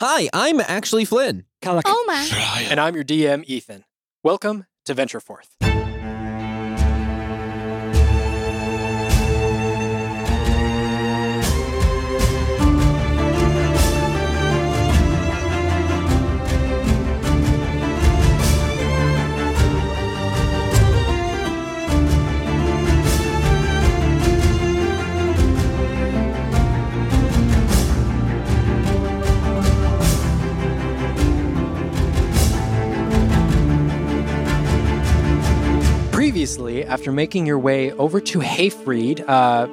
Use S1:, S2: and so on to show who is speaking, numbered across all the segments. S1: Hi, I'm actually Flynn.
S2: Oh my.
S3: And I'm your DM, Ethan. Welcome to Venture Forth. Previously, after making your way over to Hayfried uh,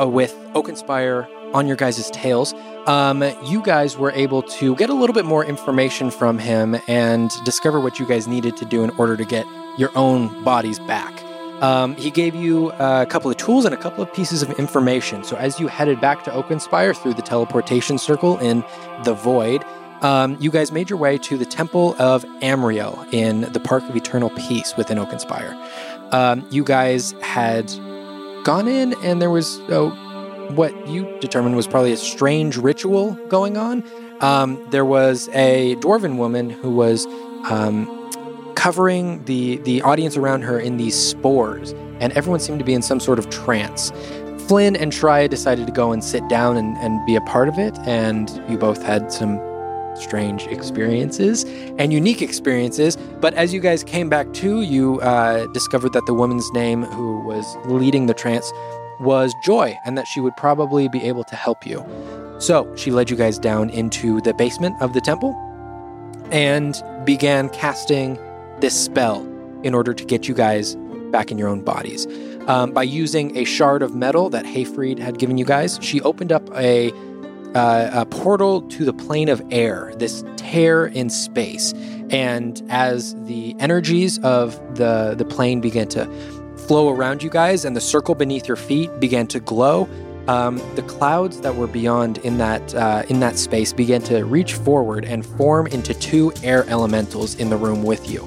S3: uh, with Oakenspire on your guys' tails, um, you guys were able to get a little bit more information from him and discover what you guys needed to do in order to get your own bodies back. Um, he gave you uh, a couple of tools and a couple of pieces of information. So as you headed back to Oakenspire through the teleportation circle in the void, um, you guys made your way to the Temple of Amriel in the Park of Eternal Peace within Oakenspire um, you guys had gone in and there was uh, what you determined was probably a strange ritual going on. Um, there was a dwarven woman who was um, covering the, the audience around her in these spores, and everyone seemed to be in some sort of trance. Flynn and Shreya decided to go and sit down and, and be a part of it, and you both had some strange experiences and unique experiences. But as you guys came back to, you uh, discovered that the woman's name who was leading the trance was Joy, and that she would probably be able to help you. So she led you guys down into the basement of the temple and began casting this spell in order to get you guys back in your own bodies. Um, by using a shard of metal that Hayfried had given you guys, she opened up a uh, a portal to the plane of air, this tear in space. And as the energies of the, the plane began to flow around you guys and the circle beneath your feet began to glow, um, the clouds that were beyond in that, uh, in that space began to reach forward and form into two air elementals in the room with you.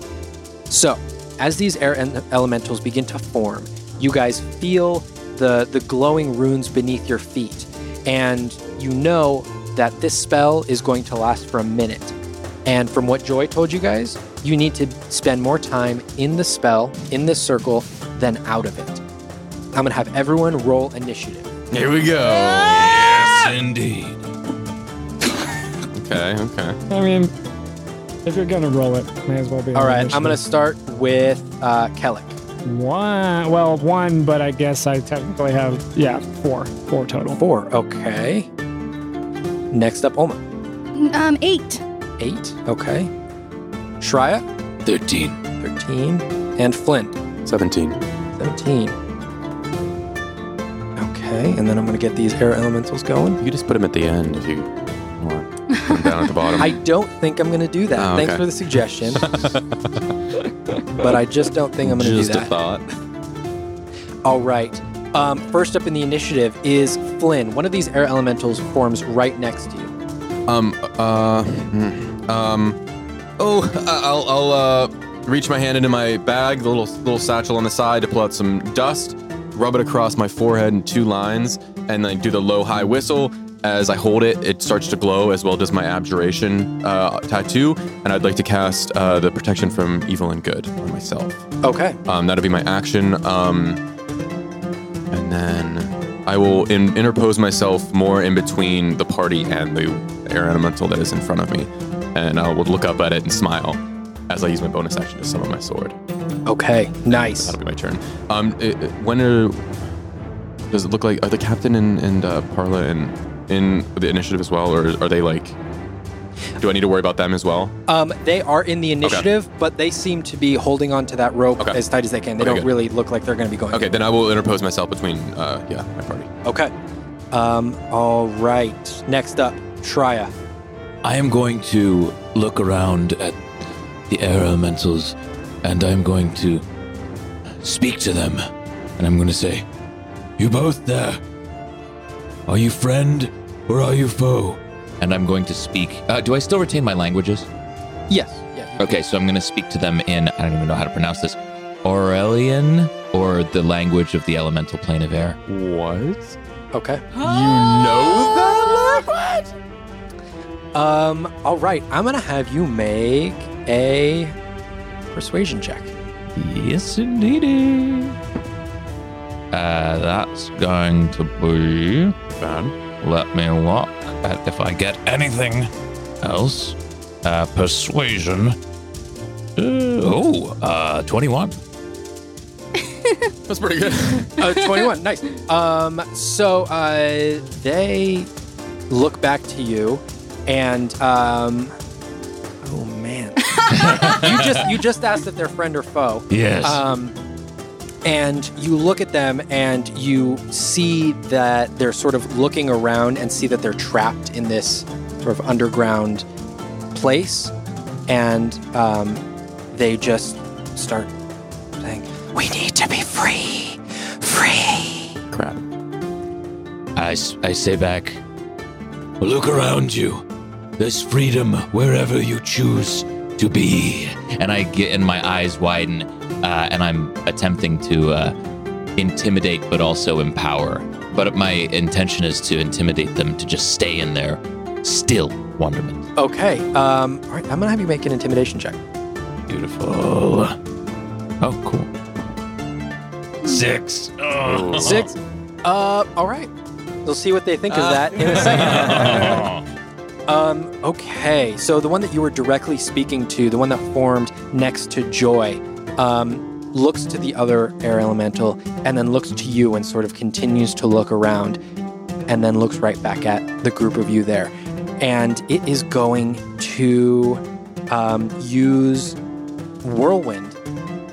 S3: So, as these air en- elementals begin to form, you guys feel the, the glowing runes beneath your feet and you know that this spell is going to last for a minute. And from what Joy told you guys, you need to spend more time in the spell, in this circle, than out of it. I'm gonna have everyone roll initiative.
S4: Here we go. Ah!
S5: Yes, indeed.
S4: Okay, okay.
S6: I mean, if you're gonna roll it, may as well be.
S2: All right, I'm gonna start with uh, Kellic.
S6: gonna one. Well, one, but I guess I technically have yeah, four, four total.
S2: Four. Okay. Next up, Oma. Um, eight. Eight. Okay. Shreya,
S5: 13.
S2: 13. And Flynn,
S3: 17.
S2: 17. Okay, and then I'm gonna get these air elementals going.
S4: You just put him at the end if you want. Put him down at the bottom.
S2: I don't think I'm going to do that.
S4: Oh,
S2: Thanks
S4: okay.
S2: for the suggestion. but I just don't think I'm going to do
S4: just a
S2: that.
S4: thought.
S2: All right. Um, first up in the initiative is Flynn. One of these air elementals forms right next to you.
S4: Um. Uh. mm, Um. Oh, I- I'll I'll uh reach my hand into my bag, the little little satchel on the side, to pull out some dust, rub it across my forehead in two lines, and then do the low high whistle. As I hold it, it starts to glow, as well does my abjuration uh, tattoo, and I'd like to cast uh, the protection from evil and good on myself.
S2: Okay.
S4: Um, that'll be my action. Um, and then I will in- interpose myself more in between the party and the air elemental that is in front of me. And I will look up at it and smile as I use my bonus action to summon my sword.
S2: Okay. Nice.
S4: That'll be my turn. Um, i- i- when are, does it look like are the captain and, and uh, Parla in in the initiative as well, or are they like? Do I need to worry about them as well?
S2: Um, they are in the initiative, but they seem to be holding on to that rope
S4: Okay.
S2: as tight as they can. They
S4: Okay,
S2: don't
S4: good.
S2: really look like they're going to be going.
S4: Okay, then I will interpose myself between uh, yeah my party.
S2: Okay. Um, all right. Next up, Shreya.
S5: I am going to look around at the air elementals and I'm going to speak to them. And I'm going to say, You both there? Are you friend or are you foe? And I'm going to speak. Uh, do I still retain my languages?
S2: Yes. Yeah.
S5: Okay, so I'm going to speak to them in, I don't even know how to pronounce this, Aurelian or the language of the elemental plane of air.
S4: What?
S2: Okay.
S4: You know that?
S3: Um, all right, I'm gonna have you make a persuasion check.
S5: Yes, indeedy. Uh, that's going to be bad. Let me look at if I get anything else. Uh, persuasion. Uh, oh, uh, 21.
S4: That's pretty good.
S3: Uh, 21, nice. Um, so uh, they look back to you, and um, oh man, you just you just asked if they're friend or foe.
S5: Yes.
S3: Um, and you look at them and you see that they're sort of looking around and see that they're trapped in this sort of underground place. And um, they just start saying, We need to be free, free.
S4: Crap.
S5: I, s- I say back, look around you. There's freedom wherever you choose to be. And I get, and my eyes widen, uh, and I'm attempting to uh, intimidate but also empower. But my intention is to intimidate them to just stay in their still wonderment.
S3: Okay. Um, all right, I'm going to have you make an intimidation check.
S5: Beautiful. Oh, cool. Six. Oh.
S3: Six. Uh, all right. We'll see what they think of that in a second. Um, okay, so the one that you were directly speaking to, the one that formed next to Joy, um, looks to the other air elemental and then looks to you and sort of continues to look around and then looks right back at the group of you there. And it is going to um, use Whirlwind.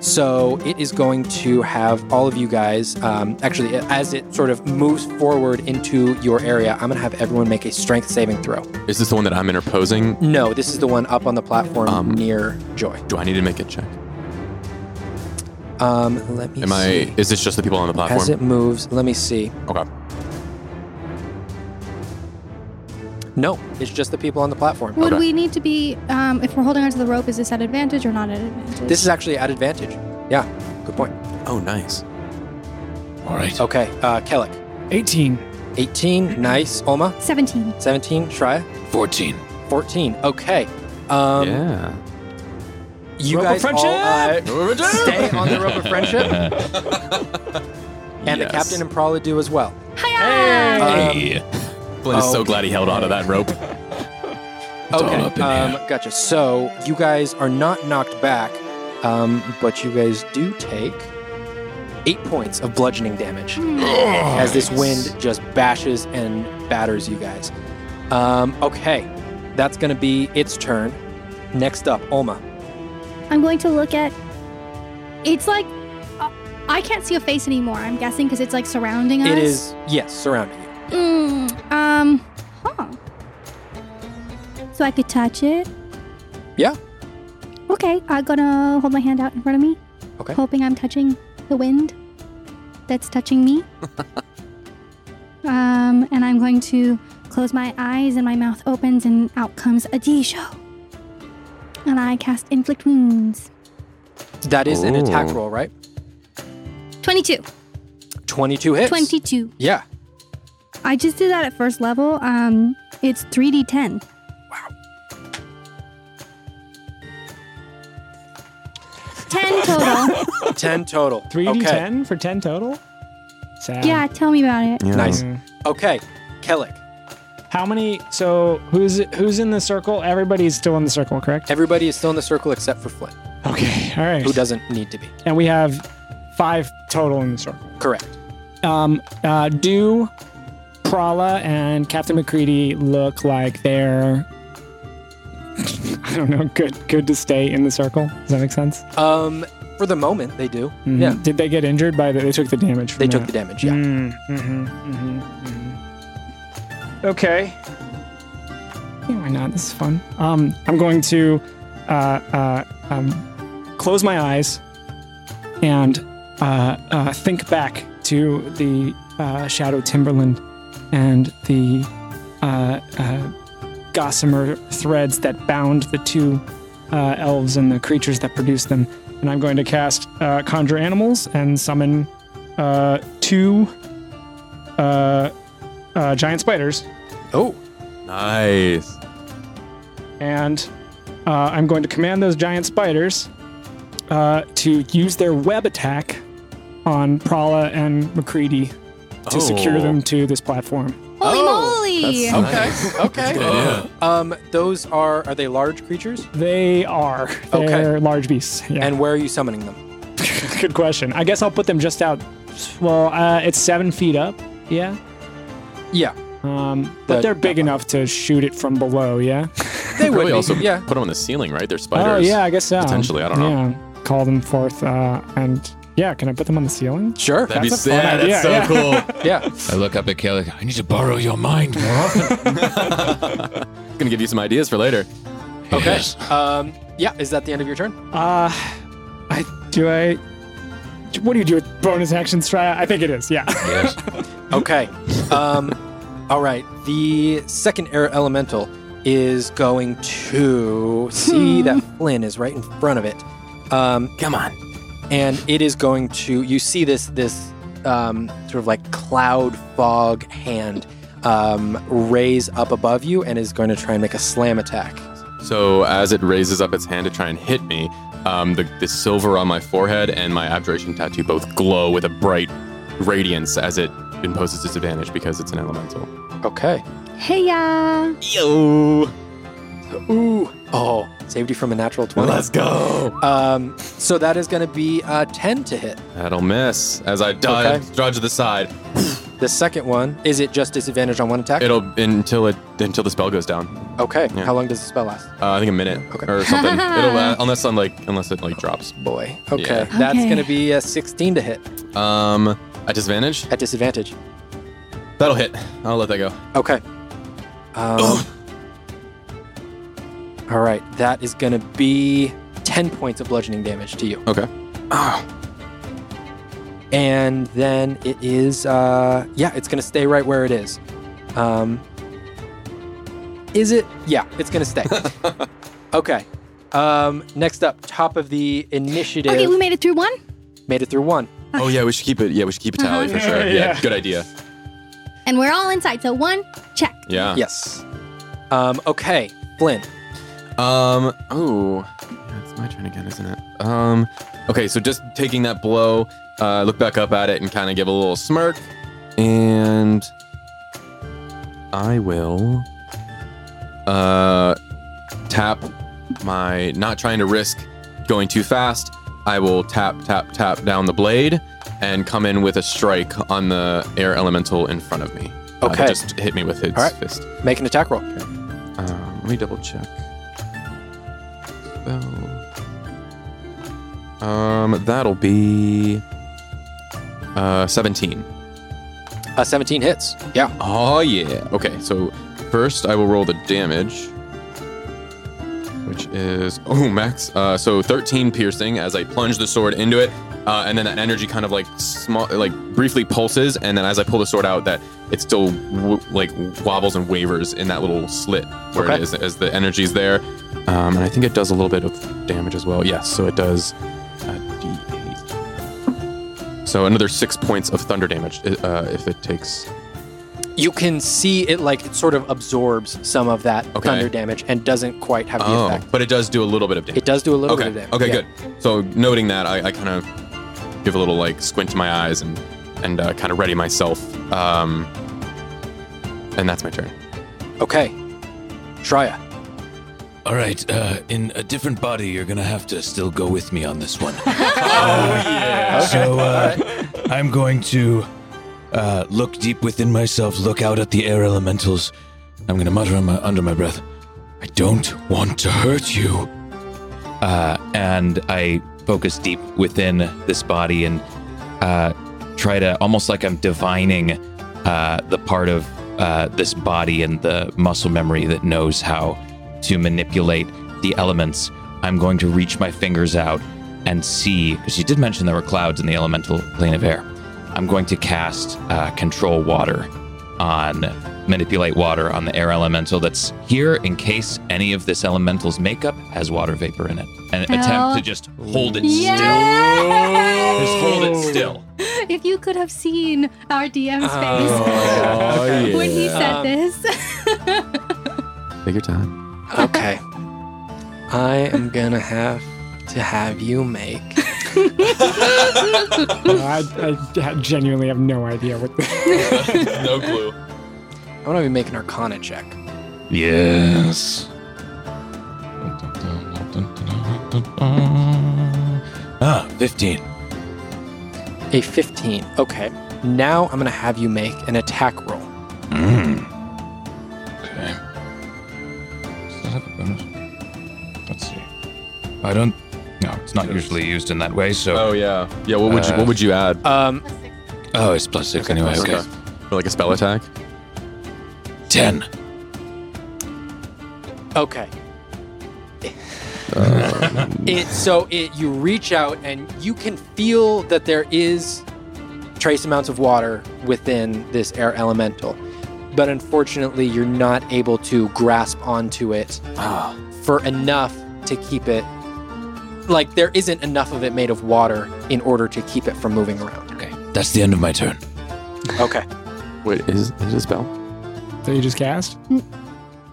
S3: So it is going to have all of you guys, um, actually, as it sort of moves forward into your area, I'm going to have everyone make a strength saving throw.
S4: Is this the one that I'm interposing?
S3: No, this is the one up on the platform
S4: Um,
S3: near Joy.
S4: Do I need to make a check?
S3: Um, let me
S4: Am
S3: see.
S4: I? Is this just the people on the platform?
S3: As it moves, let me see.
S4: Okay.
S3: No, it's just the people on the platform.
S2: Would
S4: Okay.
S2: we need to be, um, if we're holding onto the rope, is this at advantage or not at advantage?
S3: This is actually at advantage. Yeah, good point.
S4: Oh, nice.
S5: All right.
S3: Okay, uh, Kellic,
S6: 18.
S3: 18, nice. Oma,
S2: 17.
S3: 17, Shreya,
S5: 14.
S3: 14. Okay. Um,
S4: yeah.
S3: You
S6: Rope of
S3: guys
S6: friendship!
S3: all uh, stay on the rope of friendship, and the
S4: Yes.
S3: captain and Prala do as well.
S2: Hiya!
S3: Um,
S5: Hey.
S4: Blinn is so
S3: Okay.
S4: glad he held onto that rope.
S5: It's all up in
S3: um,
S5: here.
S3: gotcha. So you guys are not knocked back, um, but you guys do take eight points of bludgeoning damage as this wind just bashes and batters you guys. Um, okay, that's going to be its turn. Next up, Olma.
S2: I'm going to look at. It's like. Uh, I can't see a face anymore, I'm guessing, because it's like surrounding us.
S3: It is yes, surrounding you.
S2: Mm, um, huh. So I could touch it?
S3: Yeah.
S2: Okay, I'm gonna hold my hand out in front of me.
S3: Okay.
S2: Hoping I'm touching the wind that's touching me. um, and I'm going to close my eyes and my mouth opens and out comes a D show. And I cast inflict wounds.
S3: That is an attack
S4: Ooh.
S3: roll, right?
S2: 22.
S3: Twenty-two hits.
S2: 22.
S3: Yeah.
S2: I just did that at first level. Um, it's 3d10.
S3: Wow.
S2: 10 total.
S3: 10 total.
S6: 3d10 for 10 total? Sad.
S2: yeah, tell me about it.
S3: Nice.
S6: Mm.
S3: Okay. Kellic,
S6: How many? So who's who's in the circle? Everybody's still in the circle, correct?
S3: everybody is still in the circle except for Flynn,
S6: Okay. All right.
S3: who doesn't need to be.
S6: And we have five total in the circle.
S3: Correct.
S6: Um, uh, do Prala and Captain McCready look like they're? I don't know. Good. Good to stay in the circle. Does that make sense?
S3: Um, for the moment, they do.
S6: Mhm.
S3: Yeah.
S6: Did they get injured by the? They took the damage. From
S3: They took
S6: that.
S3: the damage. Yeah.
S6: Mm, mhm, mhm, mhm. Okay. Yeah, why not? This is fun. Um, I'm going to uh, uh, um, close my eyes and uh, uh, think back to the uh, Shadow Timberland and the uh, uh, gossamer threads that bound the two uh, elves and the creatures that produced them. And I'm going to cast uh, Conjure Animals and summon uh, two uh, uh, giant spiders
S3: Oh.
S4: Nice.
S6: and uh, I'm going to command those giant spiders uh, to use their web attack on Prala and McCready to secure them to this platform.
S2: Holy
S3: Oh,
S2: moly!
S3: Okay. Okay. um, those are are they large creatures?
S6: They are
S3: Okay.
S6: they're large beasts. Yeah.
S3: And where are you summoning them?
S6: Good question. I guess I'll put them just out. Well, uh, it's seven feet up. Yeah.
S3: Yeah.
S6: Um, but
S3: The-
S6: they're big enough to shoot it from below. Yeah.
S3: They would
S7: Probably
S3: be.
S7: also
S3: yeah.
S7: put them on the ceiling, right? They're
S6: Oh
S7: spiders.
S6: yeah, I guess so.
S7: potentially, I don't know.
S6: Yeah. Call them forth, uh, and yeah, can I put them on the ceiling?
S3: Sure.
S7: That'd
S6: That's
S7: be
S6: a fun
S7: sad.
S6: idea,
S7: That's so
S6: yeah.
S7: cool.
S3: Yeah.
S5: I look up at Kelly. I need to borrow your mind more often.
S7: Gonna give you some ideas for later.
S3: Okay.
S5: Yes.
S3: Um, yeah. Is that the end of your turn?
S6: Uh, I do I. What do you do with bonus actions? Try. I think it is. Yeah.
S5: Yes.
S3: Okay. Um, all right. The second air elemental is going to see that Flynn is right in front of it. Um, Hmm. Come on. And it is going to. You see this this um, sort of like cloud fog hand um, raise up above you and is going to try and make a slam attack.
S4: So as it raises up its hand to try and hit me, um, the, the silver on my forehead and my abjuration tattoo both glow with a bright radiance as it imposes disadvantage because it's an elemental.
S3: Okay.
S2: Hey ya!
S4: Yo,
S3: Ooh. Oh, saved you from a natural 20.
S4: go.
S3: Um, so that is going to be uh, 10 to hit.
S4: That'll miss as I dive, dodge to the side.
S3: The second one, is it just disadvantage on one attack?
S4: It'll until it until the spell goes down.
S3: okay.
S4: yeah.
S3: How long does the spell last?
S4: Uh, I think a minute
S3: Okay.
S4: or something. It'll uh, unless I'm like unless it like drops.
S3: Boy. Okay.
S4: Yeah.
S3: That's
S2: Okay.
S3: going to be a 16 to hit
S4: Um, at disadvantage.
S3: at disadvantage.
S4: That'll hit. I'll let that go.
S3: Okay. Um, all right. That is going to be 10 points of bludgeoning damage to you.
S4: Okay.
S3: And then it is, uh, yeah, it's going to stay right where it is. Um, is it? Yeah, it's going to stay. okay. Um, next up, top of the initiative.
S2: Okay, we made it through one.
S3: Made it through one.
S4: Oh yeah, we should keep it. Yeah, we should keep a tally for sure.
S6: Yeah.
S4: yeah, good idea.
S2: And we're all inside, so one, check.
S4: Yeah.
S3: Yes. Uh. Um, okay, Flynn.
S4: Um. Oh, yeah, it's my turn again, isn't it? Um. Okay, so just taking that blow, uh, look back up at it and kind of give a little smirk, and I will uh tap my not trying to risk going too fast. I will tap tap tap down the blade and come in with a strike on the air elemental in front of me. Uh,
S3: Okay.
S4: just hit me with its
S3: All right.
S4: fist.
S3: Make an attack roll.
S4: Um, let me double check. Spell. Um, that'll be uh 17.
S3: Uh, 17 hits. Yeah.
S4: Oh yeah. Okay, so first I will roll the damage, which is oh max. Uh, so 13 piercing as I plunge the sword into it, uh, and then that energy kind of like small, like briefly pulses, and then as I pull the sword out, that it still w- like wobbles and wavers in that little slit where
S3: Okay.
S4: it is as the energy's there. Um, and I think it does a little bit of damage as well. Yes, so it does a d8. So another six points of thunder damage uh, if it takes
S3: You can see it like it sort of absorbs some of that
S4: Okay.
S3: thunder damage and doesn't quite have the
S4: Oh,
S3: effect.
S4: but it does do a little bit of damage.
S3: It does do a little
S4: okay.
S3: bit of damage.
S4: Okay,
S3: Yeah.
S4: good. So noting that, I, I kind of give a little like squint to my eyes and and uh, kind of ready myself. Um, and that's my turn.
S3: Okay. Shreya.
S5: All right. Uh, in a different body, you're gonna have to still go with me on this one. So uh, I'm going to uh, look deep within myself, look out at the air elementals. I'm going to mutter on my, under my breath, I don't want to hurt you.
S8: uh, and I focus deep within this body and uh, try to almost like I'm divining uh, the part of uh, this body and the muscle memory that knows how to manipulate the elements. I'm going to reach my fingers out and see, because you did mention there were clouds in the elemental plane of air. I'm going to cast uh, control water on manipulate water on the air elemental that's here in case any of this elemental's makeup has water vapor in it. And
S2: Hell.
S8: attempt to just hold it still.
S2: Yeah!
S8: Just hold it still.
S2: If you could have seen our DM's face
S3: Oh,
S2: when he said
S3: Um,
S2: this.
S4: Take your time.
S3: Okay. I am gonna have to have you make.
S6: I, I genuinely have no idea what.
S7: no clue.
S3: I'm gonna be making Arcana check.
S5: Yes. Ah, 15.
S3: A 15. Okay. Now I'm gonna have you make an attack roll.
S5: Okay. Does that have a bonus? Let's see. I don't. No, it's not usually used in that way. So.
S8: uh,
S4: Oh yeah, yeah. What would you
S5: Uh,
S4: What would you add?
S3: Um,
S5: Oh, it's plus six anyway. Okay.
S4: For like a spell attack?
S5: Ten.
S3: okay. it, so it, you reach out and you can feel that there is trace amounts of water within this air elemental, but unfortunately you're not able to grasp onto it for enough to keep it. Like there isn't enough of it made of water in order to keep it from moving around.
S5: Okay. That's the end of my turn.
S3: Okay.
S4: Wait, is is it a spell?
S6: So you just cast?
S5: I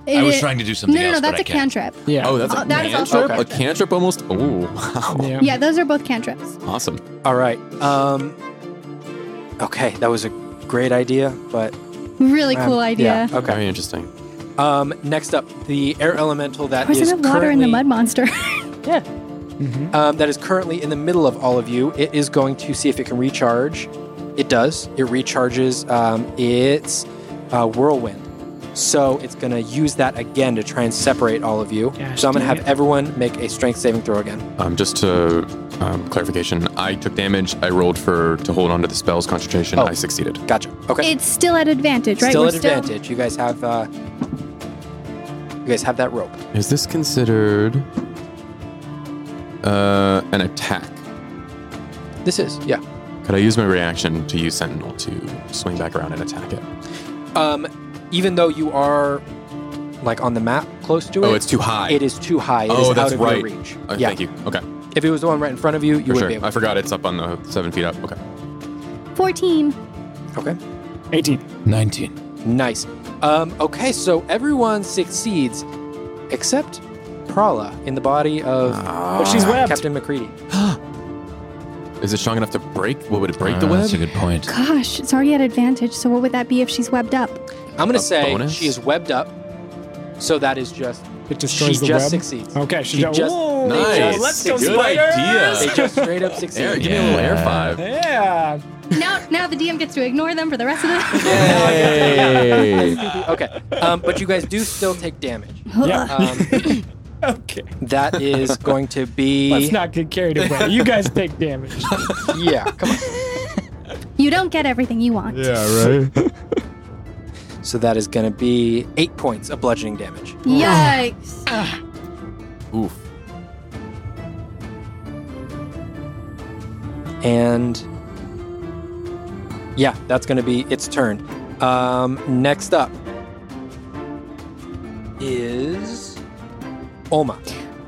S2: It-
S5: was trying to do
S2: No,
S5: something
S2: no, no.
S5: else,
S2: That's
S5: but I
S2: a
S5: can't.
S2: cantrip.
S6: Yeah.
S4: Oh, that's
S3: Uh,
S2: Oh,
S4: a
S2: that is also
S4: cantrip.
S2: a
S4: a
S2: cantrip.
S4: cantrip almost. Ooh, wow,
S6: yeah.
S2: Yeah, those are both cantrips.
S4: awesome.
S3: All right. Um, okay, that was a great idea, but
S2: Really
S3: um,
S2: cool idea.
S3: Yeah, okay.
S4: Very interesting.
S3: Um, next up, the air elemental that
S2: Poison
S3: is
S2: of water in
S3: currently
S2: the mud monster.
S6: Mm-hmm.
S3: um, that is currently in the middle of all of you. It is going to see if it can recharge. It does. It recharges um, its uh, whirlwind. So it's going to use that again to try and separate all of you.
S6: Gosh,
S3: so I'm going to
S6: dang
S3: have everyone make a strength saving throw again.
S4: Um, just to um, clarification, I took damage. I rolled for to hold on to the spell's concentration.
S3: Oh.
S4: I succeeded.
S3: Gotcha. Okay.
S2: it's still at advantage, right?
S3: Still
S2: We're
S3: at advantage. You guys have uh, you guys have that rope.
S4: Is this considered uh, an attack?
S3: This is yeah.
S4: Could I use my reaction to use Sentinel to swing back around and attack it?
S3: Um, even though you are like on the map close to it,
S4: Oh, it's too high.
S3: it is too high. It is
S4: oh, that's
S3: out of
S4: right.
S3: your reach.
S4: Oh,
S3: yeah.
S4: Thank you. Okay,
S3: If it was the one right in front of you, you
S4: for
S3: would
S4: sure.
S3: be able.
S4: I forgot it's up on the seven feet up. Okay.
S2: Fourteen.
S3: Okay.
S6: 18.
S5: 19.
S3: Nice. Um, okay, so everyone succeeds except Prala in the body of
S6: But she's
S4: Ah.
S6: webbed.
S3: Captain McCready.
S4: Is it strong enough to break? What would it break
S5: Ah,
S8: Uh,
S4: the web?
S5: That's a good point.
S2: Gosh, it's already at advantage. So what would that be if she's webbed up?
S3: I'm gonna
S4: A
S3: say
S4: bonus?
S3: she is webbed up, so that is just she
S6: It destroys
S3: just
S6: the web.
S3: succeeds.
S6: Okay, she,
S3: She
S6: just.
S3: just-
S6: Whoa,
S4: Nice.
S6: Let's go,
S4: Good
S6: spiders!
S4: idea.
S3: They just straight up succeed.
S4: Air, give me a little air
S5: Yeah.
S4: five.
S6: Yeah.
S2: Now, now the DM gets to ignore them for the rest of the.
S3: Okay, um, but you guys do still take damage.
S6: Yeah.
S3: Um,
S6: Okay.
S3: that is going to be
S6: Let's not get carried away. You guys take damage.
S3: yeah. Come on.
S2: you don't get everything you want.
S3: So that is going to be eight points of bludgeoning damage.
S2: Yikes.
S4: Oof.
S3: And yeah, that's going to be its turn. Um, next up is Oma.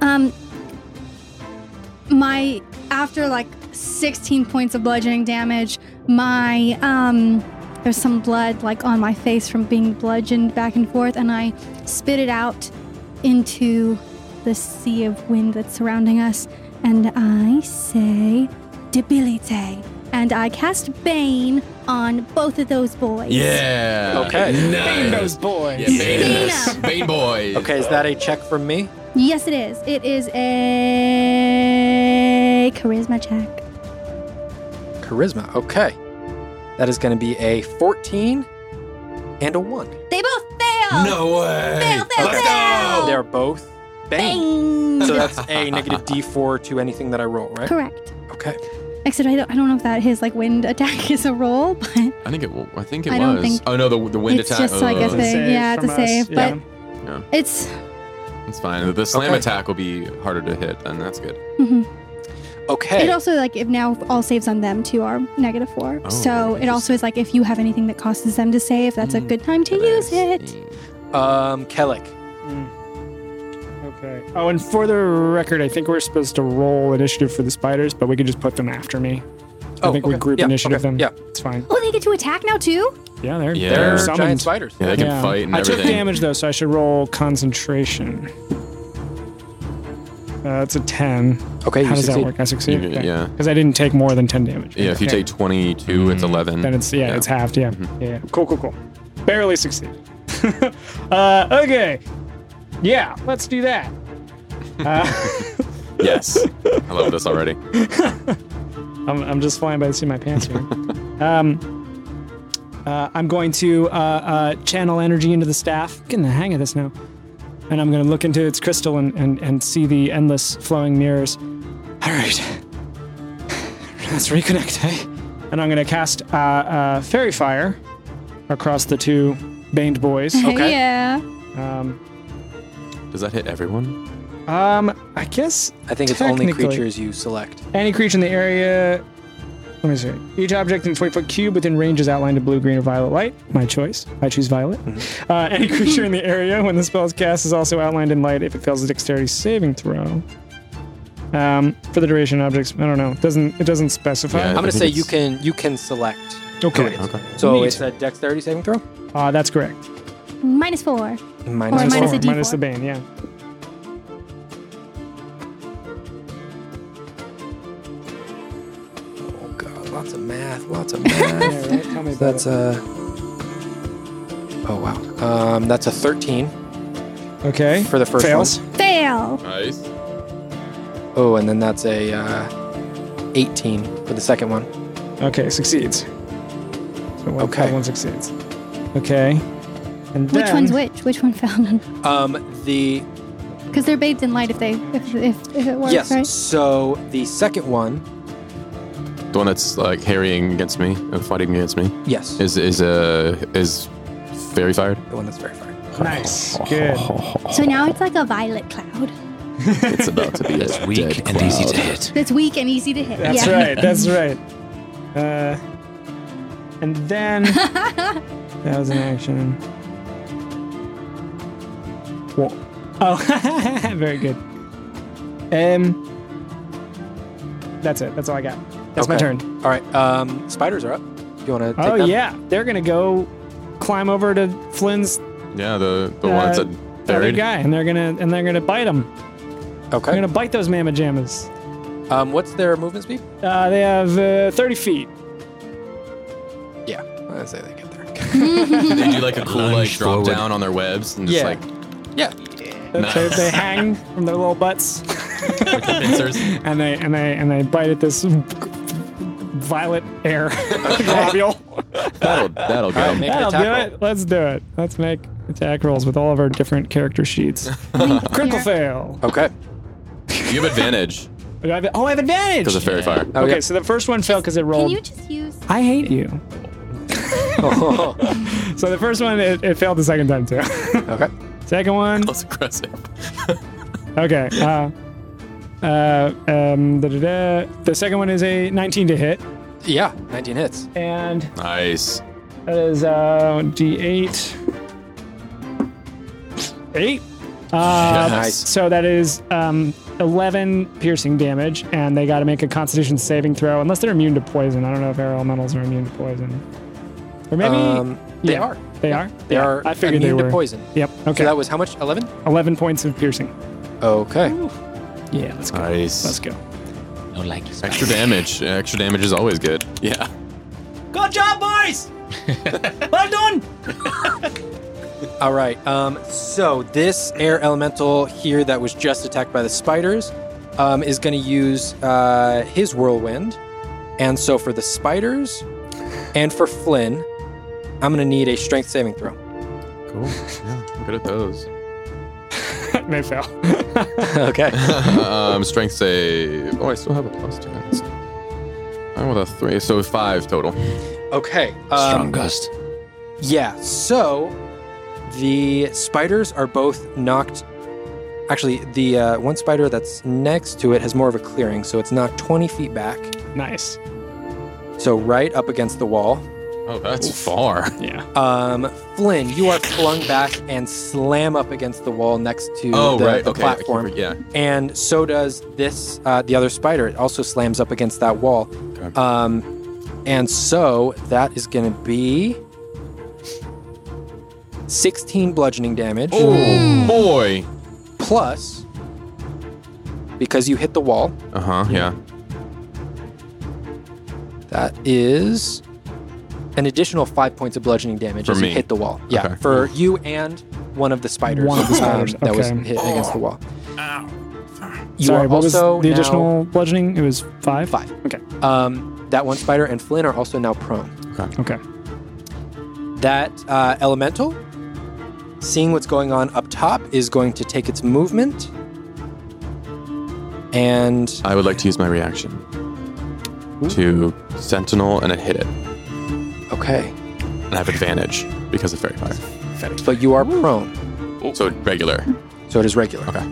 S2: Um, my after like 16 points of bludgeoning damage, my um, there's some blood like on my face from being bludgeoned back and forth, and I spit it out into the sea of wind that's surrounding us, and I say, debilite, and I cast bane on both of those boys.
S4: Yeah.
S3: Okay.
S6: Bang
S4: Uh, Nice.
S6: those boys.
S4: Yeah, Bane.
S2: Bane.
S4: Bane boy.
S3: Okay, is that a check from me?
S2: Yes, it is. It is a charisma check.
S3: Charisma. Okay. That is going to be a 14 and a 1.
S2: They both fail.
S5: No way.
S2: Fail, fail, fail.
S3: They're both bang.
S2: Bang.
S3: So that's a negative d4 to anything that I roll, right?
S2: Correct.
S3: Okay.
S2: Except I don't, I don't know if that his like wind attack is a roll, but
S4: I think it. wa- I think it
S2: I don't
S4: was.
S2: think-
S4: oh no, the, the wind
S2: it's
S4: attack. Oh,
S2: just like a
S4: Ugh.
S2: thing. yeah, it's a
S6: from us.
S2: save,
S6: Yeah.
S2: it's
S4: It's fine. The slam
S3: Okay.
S4: attack will be harder to hit, and that's good.
S2: mhm.
S3: Okay.
S2: it also like if now all saves on them too are negative four.
S4: Oh,
S2: so it also is like if you have anything that causes them to save, that's a good time to use it.
S3: Um, Kellic.
S6: Okay. Oh, and for the record, I think we're supposed to roll initiative for the spiders, but we can just put them after me. I think we
S3: Oh, okay.
S6: group
S3: Yeah,
S6: initiative
S3: okay,
S6: them.
S3: yeah.
S6: it's fine.
S2: Oh, they get to attack now too?
S6: Yeah, they're
S4: Yeah.
S3: They're
S6: they're
S4: They're
S3: giant
S6: summoned.
S3: spiders.
S4: Yeah, they can
S6: Yeah.
S4: fight and
S6: I
S4: everything.
S6: took damage though, so I should roll concentration. Uh, that's a ten.
S3: Okay,
S6: How
S3: you
S6: does
S3: succeed.
S6: that work? I succeed.
S4: You- yeah.
S6: because I didn't take more than ten damage.
S4: Yeah, if you
S6: Okay. Mm-hmm.
S4: take 22, it's 11.
S6: then it's yeah,
S4: Yeah. Mm-hmm.
S6: it's halved. Yeah, yeah, yeah. Cool, cool, cool. Barely succeeded. uh, okay, yeah, let's do that.
S4: yes. I love this already.
S6: I'm, I'm just flying by the seat of my pants here. um, uh, I'm going to uh, uh, channel energy into the staff. Getting the hang of this now. And I'm going to look into its crystal and, and, and see the endless flowing mirrors. All right. Let's reconnect, eh? And I'm going to cast uh, uh, Fairy Fire across the two Baned boys.
S3: Okay.
S2: yeah.
S6: Um,
S4: Does that hit everyone?
S6: um, I guess
S3: I think it's only
S6: Technically.
S3: creatures you select.
S6: Any creature in the area. Let me see. Each object in a 20 foot cube within range is outlined in blue, green, or violet light. My choice. I choose violet.
S3: Mm-hmm.
S6: Uh, any creature in the area when the spell is cast is also outlined in light if it fails a dexterity saving throw. Um, for the duration, objects. I don't know. It doesn't it doesn't specify?
S4: Yeah. I
S3: I'm gonna
S4: think
S3: say you
S4: it's-
S3: can you can select.
S6: Okay.
S3: So
S6: Neat.
S3: it's a dexterity saving throw.
S6: Uh, that's correct.
S2: Minus four.
S3: Minus
S2: Or
S3: four.
S2: minus a d4.
S6: minus the bane. Yeah.
S3: Oh god, lots of math, lots of math.
S6: yeah right? Tell me about
S3: that's
S6: it.
S3: a. Oh wow. Um, that's a 13
S6: okay.
S3: for the first
S6: fails.
S2: Fail.
S7: Nice.
S3: one. Oh, and then that's a uh, 18 for the second one.
S6: Okay, succeeds. So one,
S3: Okay.
S6: One succeeds. Okay. And
S2: Which
S6: then-
S2: one's which? Which one fell?
S3: Um, the
S2: Because they're bathed in light if they if, if, if it works,
S3: yes.
S2: right?
S3: So the second one.
S4: The one that's like harrying against me and fighting against me
S3: Yes.
S4: is is uh, is fairy fired.
S3: the one that's very far.
S6: Nice. Good.
S3: Oh.
S2: So now it's like a violet cloud.
S4: It's about to be
S5: That's
S4: a
S5: weak
S4: dead
S5: and easy to
S4: cloud.
S5: hit.
S2: That's weak and easy to hit.
S6: That's
S2: yeah.
S6: right. That's right. Uh, and then that was an action. Whoa. Oh, very good. Um, that's it. That's all I got. That's my
S3: Okay.
S6: turn.
S3: All right. Um, spiders are up. You want to?
S6: oh yeah, they're gonna go climb over to Flynn's
S4: Yeah, the the one that's
S6: Uh,
S4: uh,
S6: other
S4: buried.
S6: guy, and they're gonna and they're gonna bite him. They're
S3: Okay.
S6: gonna bite those mamma jammas.
S3: Um, what's their movement speed?
S6: Uh, they have uh, 30 feet.
S3: Yeah. I say they get there.
S4: They do like a cool like
S5: Lunge
S4: drop
S5: forward.
S4: down on their webs and just
S3: Yeah.
S4: like
S3: yeah.
S6: They, they hang from their little butts.
S4: pincers.
S6: and they and they and they bite at this violet air globule.
S4: that'll that'll go.
S3: right, make-
S6: That'll do
S3: attack roll.
S6: it. Let's do it. Let's make attack rolls with all of our different character sheets. Critical fail.
S3: Okay.
S4: you have advantage
S6: Do I have- Oh, I have advantage.
S4: because of fairy fire.
S3: Oh,
S6: okay,
S3: yeah.
S6: so the first one failed because it
S2: Can
S6: rolled.
S2: you just use
S6: I hate you. so the first one it, it failed the second time too.
S3: Okay.
S6: second one.
S4: That's aggressive.
S6: Okay. Uh, uh, um, da-da-da. The second one is a 19 to hit,
S3: Yeah. 19 hits.
S6: and
S4: Nice.
S6: That is uh, D8. Eight. Uh,
S3: Nice.
S6: So that is um, 11 piercing damage, and they got to make a constitution saving throw, unless they're immune to poison. I don't know if air elementals are immune to poison. Or maybe.
S3: Um, they
S6: yeah,
S3: are.
S6: They are?
S3: They
S6: Yeah,
S3: are
S6: I figured they
S3: immune to
S6: were.
S3: poison.
S6: Yep. Okay.
S3: So that was how much? 11?
S6: 11 points of piercing.
S3: Okay.
S6: Yeah, let's go.
S4: Nice.
S6: Let's go.
S8: No like you,
S4: Extra damage. Extra damage is always good. Yeah.
S3: All right. Um, so this air elemental here that was just attacked by the spiders um, is going to use uh, his whirlwind. And so for the spiders and for Flynn, I'm going to need a strength saving throw.
S4: Cool. Yeah. I'm good at those.
S6: they fail.
S3: okay.
S4: um, strength save. Oh, I still have a plus two. That's- I'm with a three, so five total.
S3: Okay.
S5: Strong
S3: Um,
S5: gust.
S3: yeah. So the spiders are both knocked. Actually, the uh, one spider that's next to it has more of a clearing, so it's knocked 20 feet back.
S6: nice.
S3: So right up against the wall.
S4: Oh, that's far.
S6: Yeah.
S3: Um, Flynn, you are flung back and slam up against the wall next to
S4: Oh,
S3: the,
S4: right.
S3: the
S4: okay. I keep
S3: platform.
S4: re- Yeah.
S3: and so does this uh, the other spider it also slams up against that wall
S4: Okay.
S3: um, and so that is going to be 16 bludgeoning damage
S4: Oh boy.
S3: plus because you hit the wall
S4: Uh huh. Yeah.
S3: that is an additional five points of bludgeoning damage
S4: For
S3: as
S4: me.
S3: you hit the wall yeah
S4: Okay.
S3: for you and one of the spiders,
S6: One of the
S3: um,
S6: spiders,
S3: that was
S6: okay.
S3: hit against the wall you
S6: Sorry,
S3: are
S6: what was
S3: also
S6: the
S3: now-
S6: additional bludgeoning? It was five?
S3: Five.
S6: Okay.
S3: um, that one spider and flynn are also now prone
S6: Okay.
S3: That uh, elemental, seeing what's going on up top, is going to take its movement. And
S4: I would like to use my reaction to sentinel and then hit it,
S3: okay,
S4: and I have advantage because of fairy fire.
S3: but you are prone,
S4: So regular.
S3: so it is regular.
S4: Okay.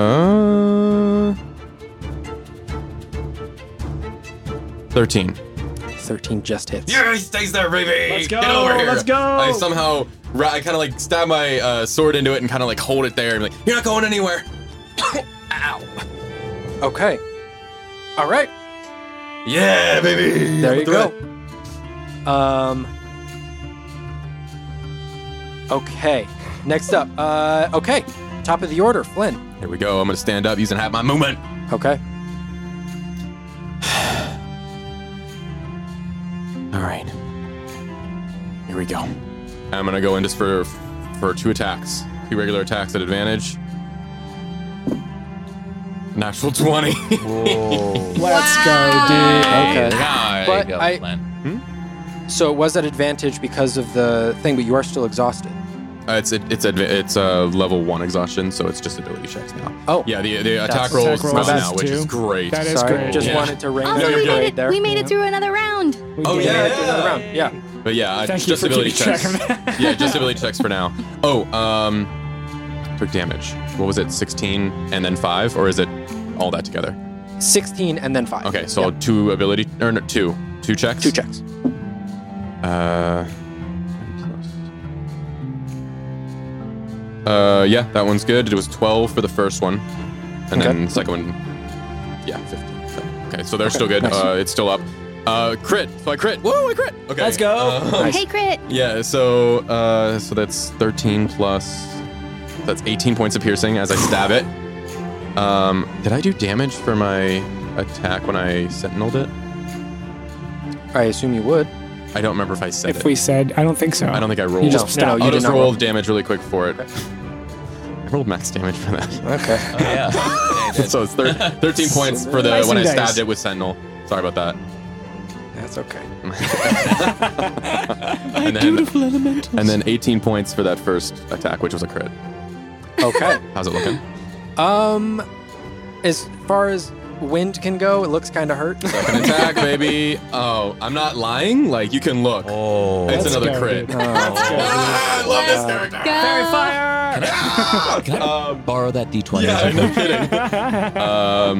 S4: Uh. Thirteen.
S3: Thirteen just hits.
S4: Yeah, he stays there, baby.
S6: Let's
S4: Get
S6: go,
S4: over here.
S6: let's go.
S4: I somehow, ra- I kind of like stab my uh, sword into it and kind of like hold it there and be like, you're not going anywhere.
S3: Okay. All right.
S4: Yeah, baby.
S3: There you
S4: Throw
S3: go.
S4: it.
S3: Um. Okay. Next up. Uh. Okay. Top of the order, Flynn.
S4: Here we go. I'm gonna stand up using half my movement.
S3: Okay.
S4: All right. Here we go. I'm gonna go in just for for two attacks, two regular attacks at advantage. Natural twenty.
S6: Let's
S3: Okay.
S8: There
S3: But
S8: you go,
S3: I-
S8: Flynn.
S3: So it was at advantage because of the thing, but you are still exhausted.
S4: Uh, it's it, it's adva- it's uh, level one exhaustion, so it's just ability checks now.
S3: Oh.
S4: Yeah, the the attack
S3: That's-
S4: roll
S6: attack
S4: is
S6: roll
S4: not
S6: is
S4: now, which
S6: two.
S4: is great.
S6: That is
S3: Sorry,
S6: great.
S3: just
S4: Yeah.
S3: wanted to ring
S2: Also,
S4: you're
S2: Oh, we
S4: good.
S2: made it.
S3: there.
S2: We made it through another round.
S6: We
S4: Oh,
S6: did
S4: yeah,
S6: it.
S4: yeah.
S3: Another round, yeah.
S4: But yeah, I-
S6: Thank you
S4: just
S6: for
S4: ability
S6: keeping
S4: checks.
S6: track of that.
S4: yeah, just ability checks for now. Oh, um, took damage. What was it? Sixteen and then five, or is it all that together?
S3: 16 and then 5.
S4: Okay, so
S3: Yeah.
S4: two ability or no, two two checks.
S3: two checks.
S4: Uh, uh, yeah, that one's good. It was 12 for the first one. And then the second one, yeah, 15. So, okay, so they're still good.
S3: nice.
S4: Uh, it's still up. Uh, crit. So I crit. Whoa, I crit. Okay.
S6: Let's go.
S4: Uh,
S2: Hey, crit.
S4: yeah, so uh, so that's 13 plus. That's 18 points of piercing as I stab it. Um, did I do damage for my attack when I sentineled it?
S3: I assume you would.
S4: I don't remember if I said
S6: If
S4: it.
S6: we said, I don't think so.
S4: I don't think I rolled.
S6: You just
S3: No, no,
S6: stopped.
S3: you
S4: I'll
S3: did
S4: just
S3: not
S4: roll
S3: roll.
S4: the damage really quick for it. I rolled max damage for that.
S3: Okay.
S4: so it's thir- 13 points for the
S6: Nice
S4: when I
S6: and dice.
S4: stabbed it with Sentinel. Sorry about that.
S3: That's okay.
S4: And then, Beautiful elemental. And then 18 points for that first attack, which was a crit.
S3: Okay.
S4: How's it looking?
S3: um, as far as wind can go, it looks kind of hurt.
S4: Second attack, baby. Oh, I'm not lying. Like you can look.
S5: Oh.
S4: it's
S6: Let's
S4: another
S6: go,
S4: crit.
S6: dude.
S3: Oh.
S4: Ah, I love this
S3: uh,
S4: character.
S2: Go.
S5: Can I
S6: Um,
S5: borrow that d20?
S4: Yeah, no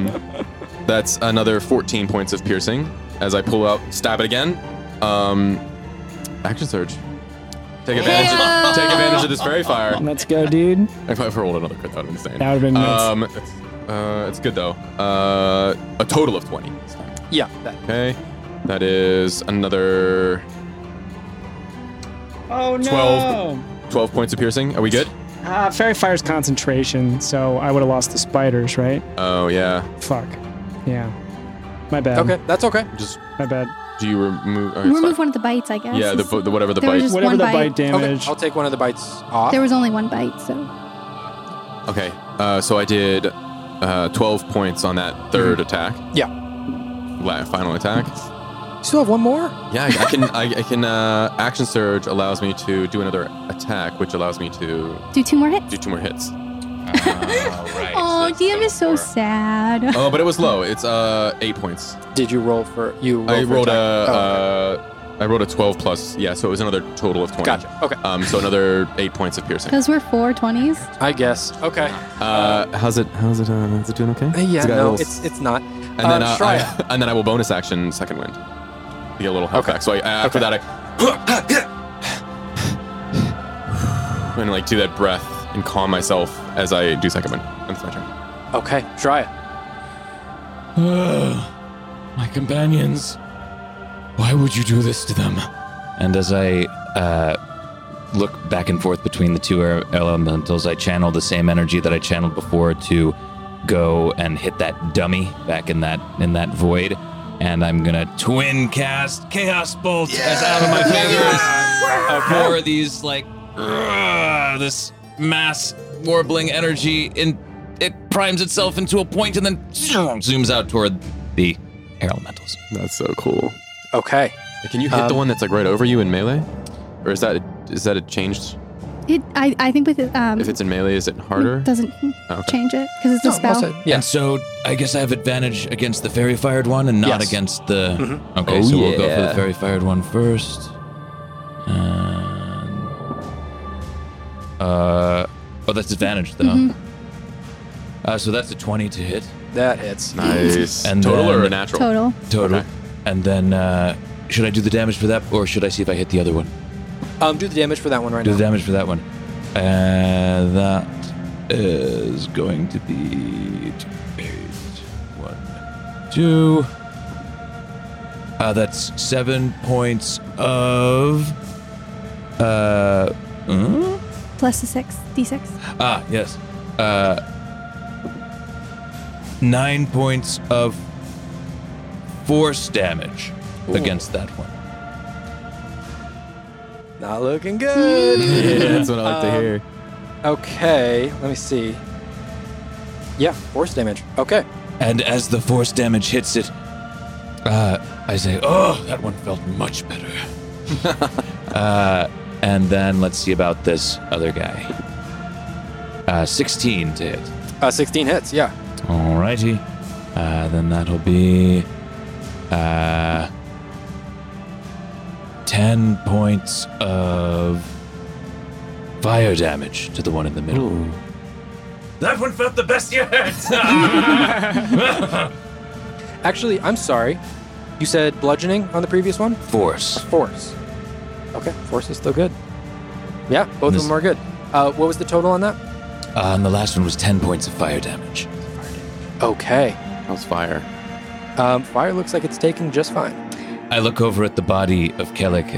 S4: kidding. um, that's another 14 points of piercing as I pull out, stab it again. Um, action surge. Take advantage.
S2: Ew.
S4: Take advantage of this fairy fire.
S6: Let's go, dude.
S4: If I rolled another crit, that would have been insane.
S6: That would've been nuts.
S4: Um, it's, uh, it's good though. Uh, a total of 20.
S3: yeah. That.
S4: Okay, that is another
S6: Oh, no.
S4: 12. 12 points of piercing. Are we good?
S6: Ah, fairy fire's concentration, so I would have lost the spiders, right?
S4: Oh yeah.
S6: Fuck. Yeah. My bad.
S3: Okay, that's okay.
S4: Just
S6: My bad.
S4: do you remove? or it's
S2: Remove
S4: fine.
S2: one of the bites, I guess.
S4: Yeah, the,
S2: It's-
S4: the whatever the
S2: There
S4: bite.
S2: was just
S6: Whatever
S2: one
S6: the
S2: bite.
S6: bite damage.
S3: Okay, I'll take one of the bites off.
S2: There was only one bite, so
S4: Okay, uh, so I did uh, 12 points on that 3rd
S3: Mm-hmm.
S4: attack,
S3: yeah.
S4: la- final attack.
S3: You still have one more?
S4: Yeah, I, I can. I, I can. Uh, action surge allows me to do another attack, which allows me to
S2: do two more hits.
S4: do two more hits.
S2: Oh, DM is so sad.
S4: Oh, but it was low. It's uh, eight points.
S3: Did you roll for you? Roll
S4: I
S3: for
S4: rolled a
S3: attack? Oh,
S4: uh, I rolled a 12 plus, yeah, so it was another total of 20.
S3: Gotcha. Okay.
S4: Um, so another eight points of piercing.
S2: Because we're four 20s.
S3: I guess. Okay.
S4: Uh, how's it? How's it? Uh, is it doing okay?
S3: yeah,
S4: got a
S3: no,
S4: little-
S3: it's it's not.
S4: and then
S3: uh,
S4: uh,
S3: try
S4: I, and then I will bonus action second wind. To get a little health back. So I, uh, after that, I and like do that breath and calm myself as I do second wind. That's my turn.
S3: Okay, try it.
S5: My companions, why would you do this to them?
S8: And as I uh, look back and forth between the two er- elementals, I channel the same energy that I channeled before to go and hit that dummy back in that in that void. And I'm gonna twin cast chaos bolt as out of my fingers of more of these like "Ugh," this mass warbling energy in it primes itself into a point and then zooms out toward the air elementals.
S4: That's so cool.
S3: Okay.
S4: Can you hit the
S3: Um,
S4: one that's like right over you in melee, or is that is that a changed?
S2: It, I, I think with it, um,
S4: If it's in melee, is it harder? Oh,
S2: it doesn't
S4: Okay.
S2: change it because it's a spell.
S3: Yeah.
S5: And so I guess I have advantage against the fairy fired one and not
S3: Yes. Mm-hmm.
S5: against the. Okay,
S4: Oh,
S5: so we'll go for
S4: yeah.
S5: the fairy fired one first. And-
S8: Uh, oh, that's advantage though.
S3: Mm-hmm.
S8: Uh, so that's a twenty to hit.
S3: That hits.
S4: Nice.
S8: And
S4: total or
S8: then-
S4: a natural?
S2: Total.
S5: Total. And then uh, should I do the damage for that, or should I see if I hit the other one?
S3: Um, do the damage for that one right
S5: Do
S3: now.
S5: the damage for that one. Uh, that is going to be two, eight, one, two. Uh, that's seven points of. Uh, mm?
S2: Plus the six. D6.
S5: ah, yes. Uh, nine points of force damage against that one.
S3: Not looking good.
S4: yeah, that's what I like to hear.
S3: okay. Let me see. Yeah, force damage. Okay.
S5: And as the force damage hits it, uh, I say, "Oh, that one felt much better."
S8: Uh, and then let's see about this other guy. Uh, 16 to hit.
S3: Uh, 16 hits. Yeah.
S8: Alrighty. Uh, then that'll be uh, 10 points of fire damage to the one in the middle. That one felt the best yet!
S3: Actually, I'm sorry. You said bludgeoning on the previous one.
S8: Force.
S3: Force. Okay. Force is still good. Yeah, both
S8: This-
S3: of them are good. Uh, what was the total on that?
S8: Uh, and the last one was 10 points of fire damage.
S3: Okay.
S4: How's fire?
S3: Um, fire looks like it's taking just fine.
S8: I look over at the body of Kellic.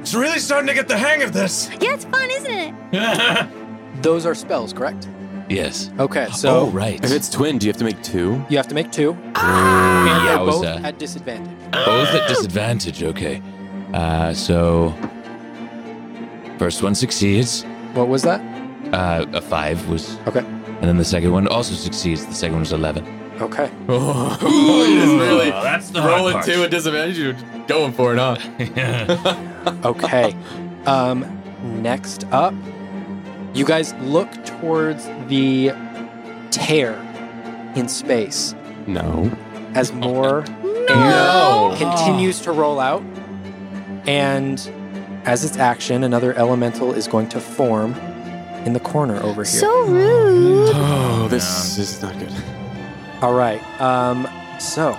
S5: It's really starting to get the hang of this.
S2: Yeah, it's fun, isn't it?
S3: Those are spells, correct?
S8: Yes.
S3: Okay. So
S8: oh, right.
S4: If it's twin, do you have to make two?
S3: you have to make two. and they're both
S8: yowza.
S3: at disadvantage.
S8: uh, Both at disadvantage, okay. Uh, so, first one succeeds.
S3: What was that?
S8: Uh, a five was.
S3: Okay.
S8: And then the second one also succeeds. The second one was 11.
S3: Okay.
S4: Oh, you just really
S5: Oh, that's the
S4: rolling two at disadvantage. You're going for it, huh?
S3: Okay. um, next up, you guys look towards the tear in space
S4: No.
S3: as more
S4: No.
S3: continues to roll out. And as its action, another elemental is going to form in the corner over here.
S2: So rude.
S4: Oh, this is not good.
S3: All right. Um, so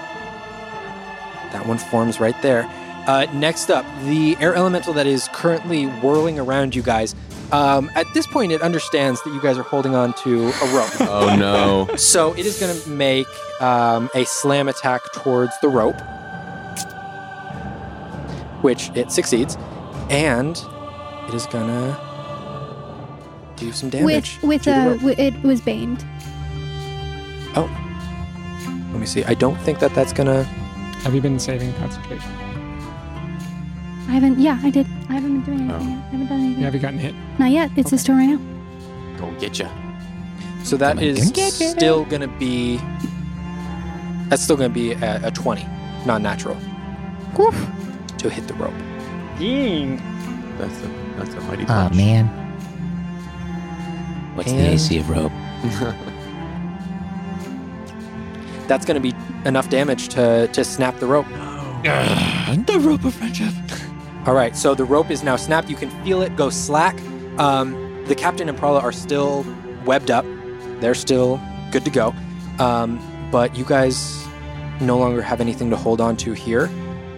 S3: that one forms right there. Uh, next up, the air elemental that is currently whirling around you guys. Um, at this point, it understands that you guys are holding on to a rope.
S4: Oh no.
S3: so it is going to make um, a slam attack towards the rope, which it succeeds. And it is going to do some damage.
S2: With with
S3: to the
S2: a
S3: rope.
S2: w- it was baned.
S3: Let me see. I don't think that that's going to.
S6: Have you been saving concentration?
S2: I haven't. Yeah, I did. I haven't been doing anything. yet. I haven't done anything.
S6: Yeah, have you gotten hit?
S2: Not yet. It's his turn right now.
S4: Go get ya.
S3: So that
S8: Come on,
S3: is
S8: get it.
S3: still gonna be. That's still gonna be a, a twenty, non-natural,
S2: Oof.
S3: to hit the rope.
S6: Ding.
S4: That's a that's a mighty
S8: Oh,
S4: punch.
S8: man. What's
S3: And-
S8: the AC of rope?
S3: That's gonna be enough damage to to snap the rope.
S5: Unbend the rope of friendship.
S3: All right, so the rope is now snapped. You can feel it go slack. Um, the captain and Prala are still webbed up. They're still good to go. Um, but you guys no longer have anything to hold on to here.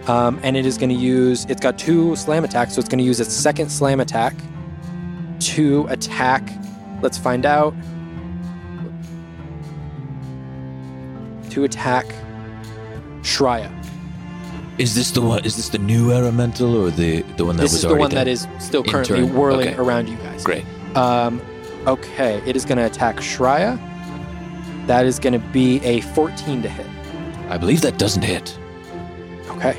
S3: Um, and it is going to use, it's got two slam attacks, so it's going to use its second slam attack to attack. Let's find out. To attack Shreya.
S5: Is this the one? Is this the new elemental or the the one that
S3: this
S5: was
S3: is the
S5: already
S3: one
S5: there?
S3: that is still currently
S5: Intern.
S3: whirling
S5: Okay.
S3: around you guys.
S5: Great.
S3: Um, okay, it is going to attack Shreya. That is going to be a 14 to hit.
S5: I believe that doesn't hit.
S3: Okay.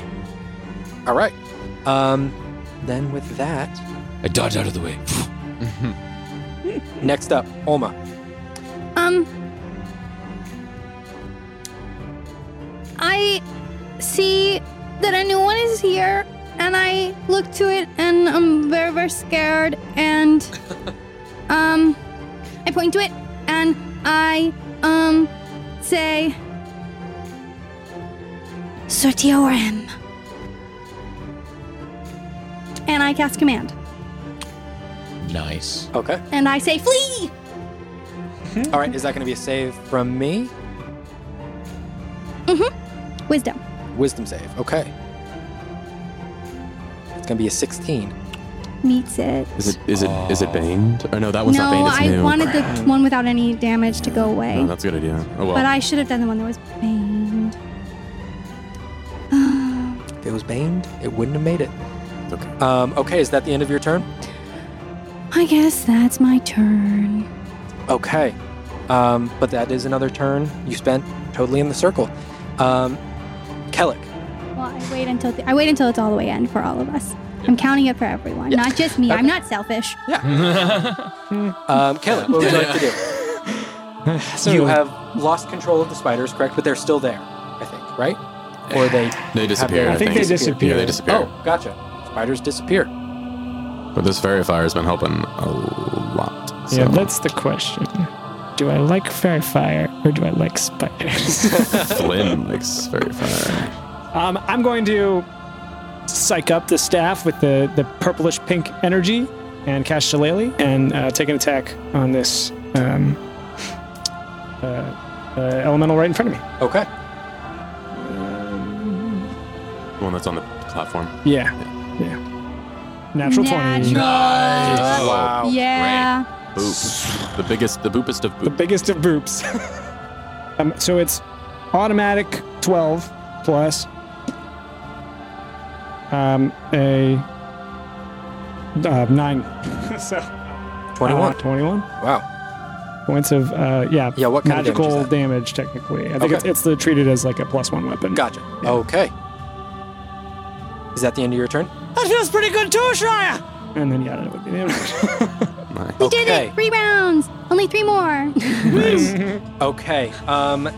S3: All right. Um, then with that,
S5: I dodge out of the way.
S3: next up, Olma.
S2: Um, I see that a new one is here, and I look to it, and I'm very, very scared. And um, I point to it, and I um say, Sortioram. And I cast command,
S5: nice.
S3: Okay.
S2: and I say, flee.
S3: All right. Is that going to be a save from me?
S2: Wisdom.
S3: Wisdom save. Okay. It's going to be a 16.
S2: meets it.
S4: Is it is it is it Bane? Oh no, that one's
S2: no,
S4: not Bane. It's
S2: I
S4: new.
S2: wanted the one without any damage to go away.
S4: No, that's a good idea. Oh well.
S2: but I should have done the one that was banged.
S3: If it was baned, it wouldn't have made it.
S4: It's okay.
S3: Um, okay. Is that the end of your turn?
S2: I guess that's my turn.
S3: Okay. Um, but that is another turn you spent totally in the circle. Um, Kellic.
S2: Well, I wait until the, I wait until it's all the way end for all of us. I'm counting it for everyone, not just me. I'm not selfish.
S3: Um, Kellic, what would you like to do?
S6: So
S3: you have lost control of the spiders, correct? But they're still there, I think, right? Or they.
S4: they disappeared.
S3: I
S4: I
S6: I
S4: think,
S6: think they
S4: yeah,
S6: disappeared.
S4: they disappeared.
S3: Oh, gotcha. Spiders disappear.
S4: But this fairy fire has been helping a lot. So.
S6: Yeah, that's the question. Do I like fairy fire or do I like spiders?
S4: Flynn likes fairy fire.
S6: um, I'm going to psych up the staff with the, the purplish pink energy and cast Shillelagh and uh, take an attack on this um, uh, uh, elemental right in front of me.
S3: Okay.
S4: The one that's on the platform.
S6: Yeah, yeah. Natural, 20.
S3: Wow.
S2: Yeah.
S4: Boop. The biggest, the boopest of
S6: The
S4: boop.
S6: biggest of boops. um, so it's automatic 12 plus um, a uh, 9. so, uh,
S3: 21.
S6: 21
S3: wow.
S6: points of, uh, yeah,
S3: Yeah, what kind of damage
S6: magical
S3: is that?
S6: damage, technically. I think
S3: Okay.
S6: it's, it's the, treated as like a plus one weapon.
S3: Gotcha. Okay. Is that the end of your turn?
S6: That feels pretty good too, Shreya! And then, yeah, that would be damage.
S2: We
S4: Nice.
S2: did
S3: Okay.
S2: it. Three rounds. Only three more.
S3: Okay. Um,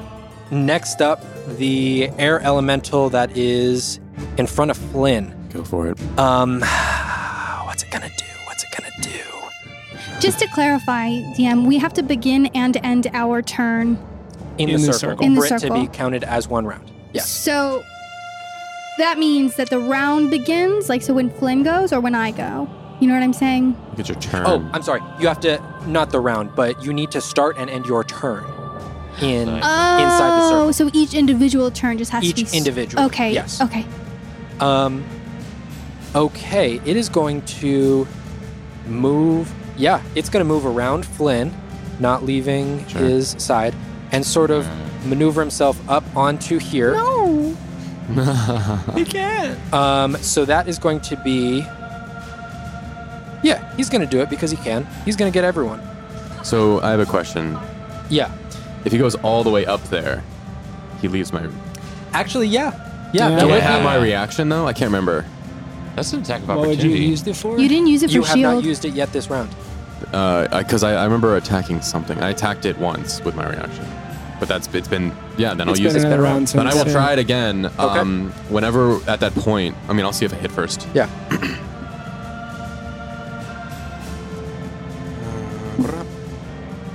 S3: next up, the air elemental that is in front of Flynn.
S4: Go for it.
S3: Um, what's it gonna do? What's it gonna do?
S2: Just to clarify, DM, we have to begin and end our turn.
S3: In,
S6: In
S3: the,
S6: the
S3: circle.
S6: circle.
S2: In the
S3: for it to
S2: circle.
S3: be counted as one round. Yes.
S2: So that means that the round begins, like so when Flynn goes or when I go. You know what I'm saying?
S4: Look at your turn.
S3: Oh, I'm sorry. You have to not the round, but you need to start and end your turn in inside the
S2: Oh, so
S3: circle.
S2: each individual turn just has to be
S3: Each
S2: s-
S3: individual.
S2: Okay.
S3: Yes.
S2: Okay.
S3: Um. Okay, it is going to move. Yeah, it's going to move around Flynn, not leaving
S4: Sure.
S3: his side, and sort of maneuver himself up onto here.
S2: No.
S3: Um, so that is going to be. Yeah, he's going to do it because he can. He's going to get everyone.
S4: So I have a question.
S3: Yeah.
S4: If he goes all the way up there, he leaves my.
S3: Actually, yeah. Yeah.
S2: Uh,
S6: Yeah.
S3: that
S4: Do I
S3: would
S4: have
S3: be-
S4: my reaction though? I can't remember.
S5: That's an attack of
S6: what would you
S5: opportunity.
S6: use it for?
S2: You didn't use it for
S3: you have
S2: shield.
S3: not used it yet this round.
S4: Uh, because I, I remember attacking something. I attacked it once with my reaction, but that's it's been yeah. Then
S6: It's
S4: I'll use
S6: been
S4: it.
S6: another round
S4: Then I will
S6: since, yeah.
S4: try it again. Um, Whenever at that point, I mean, I'll see if I hit first.
S3: Yeah.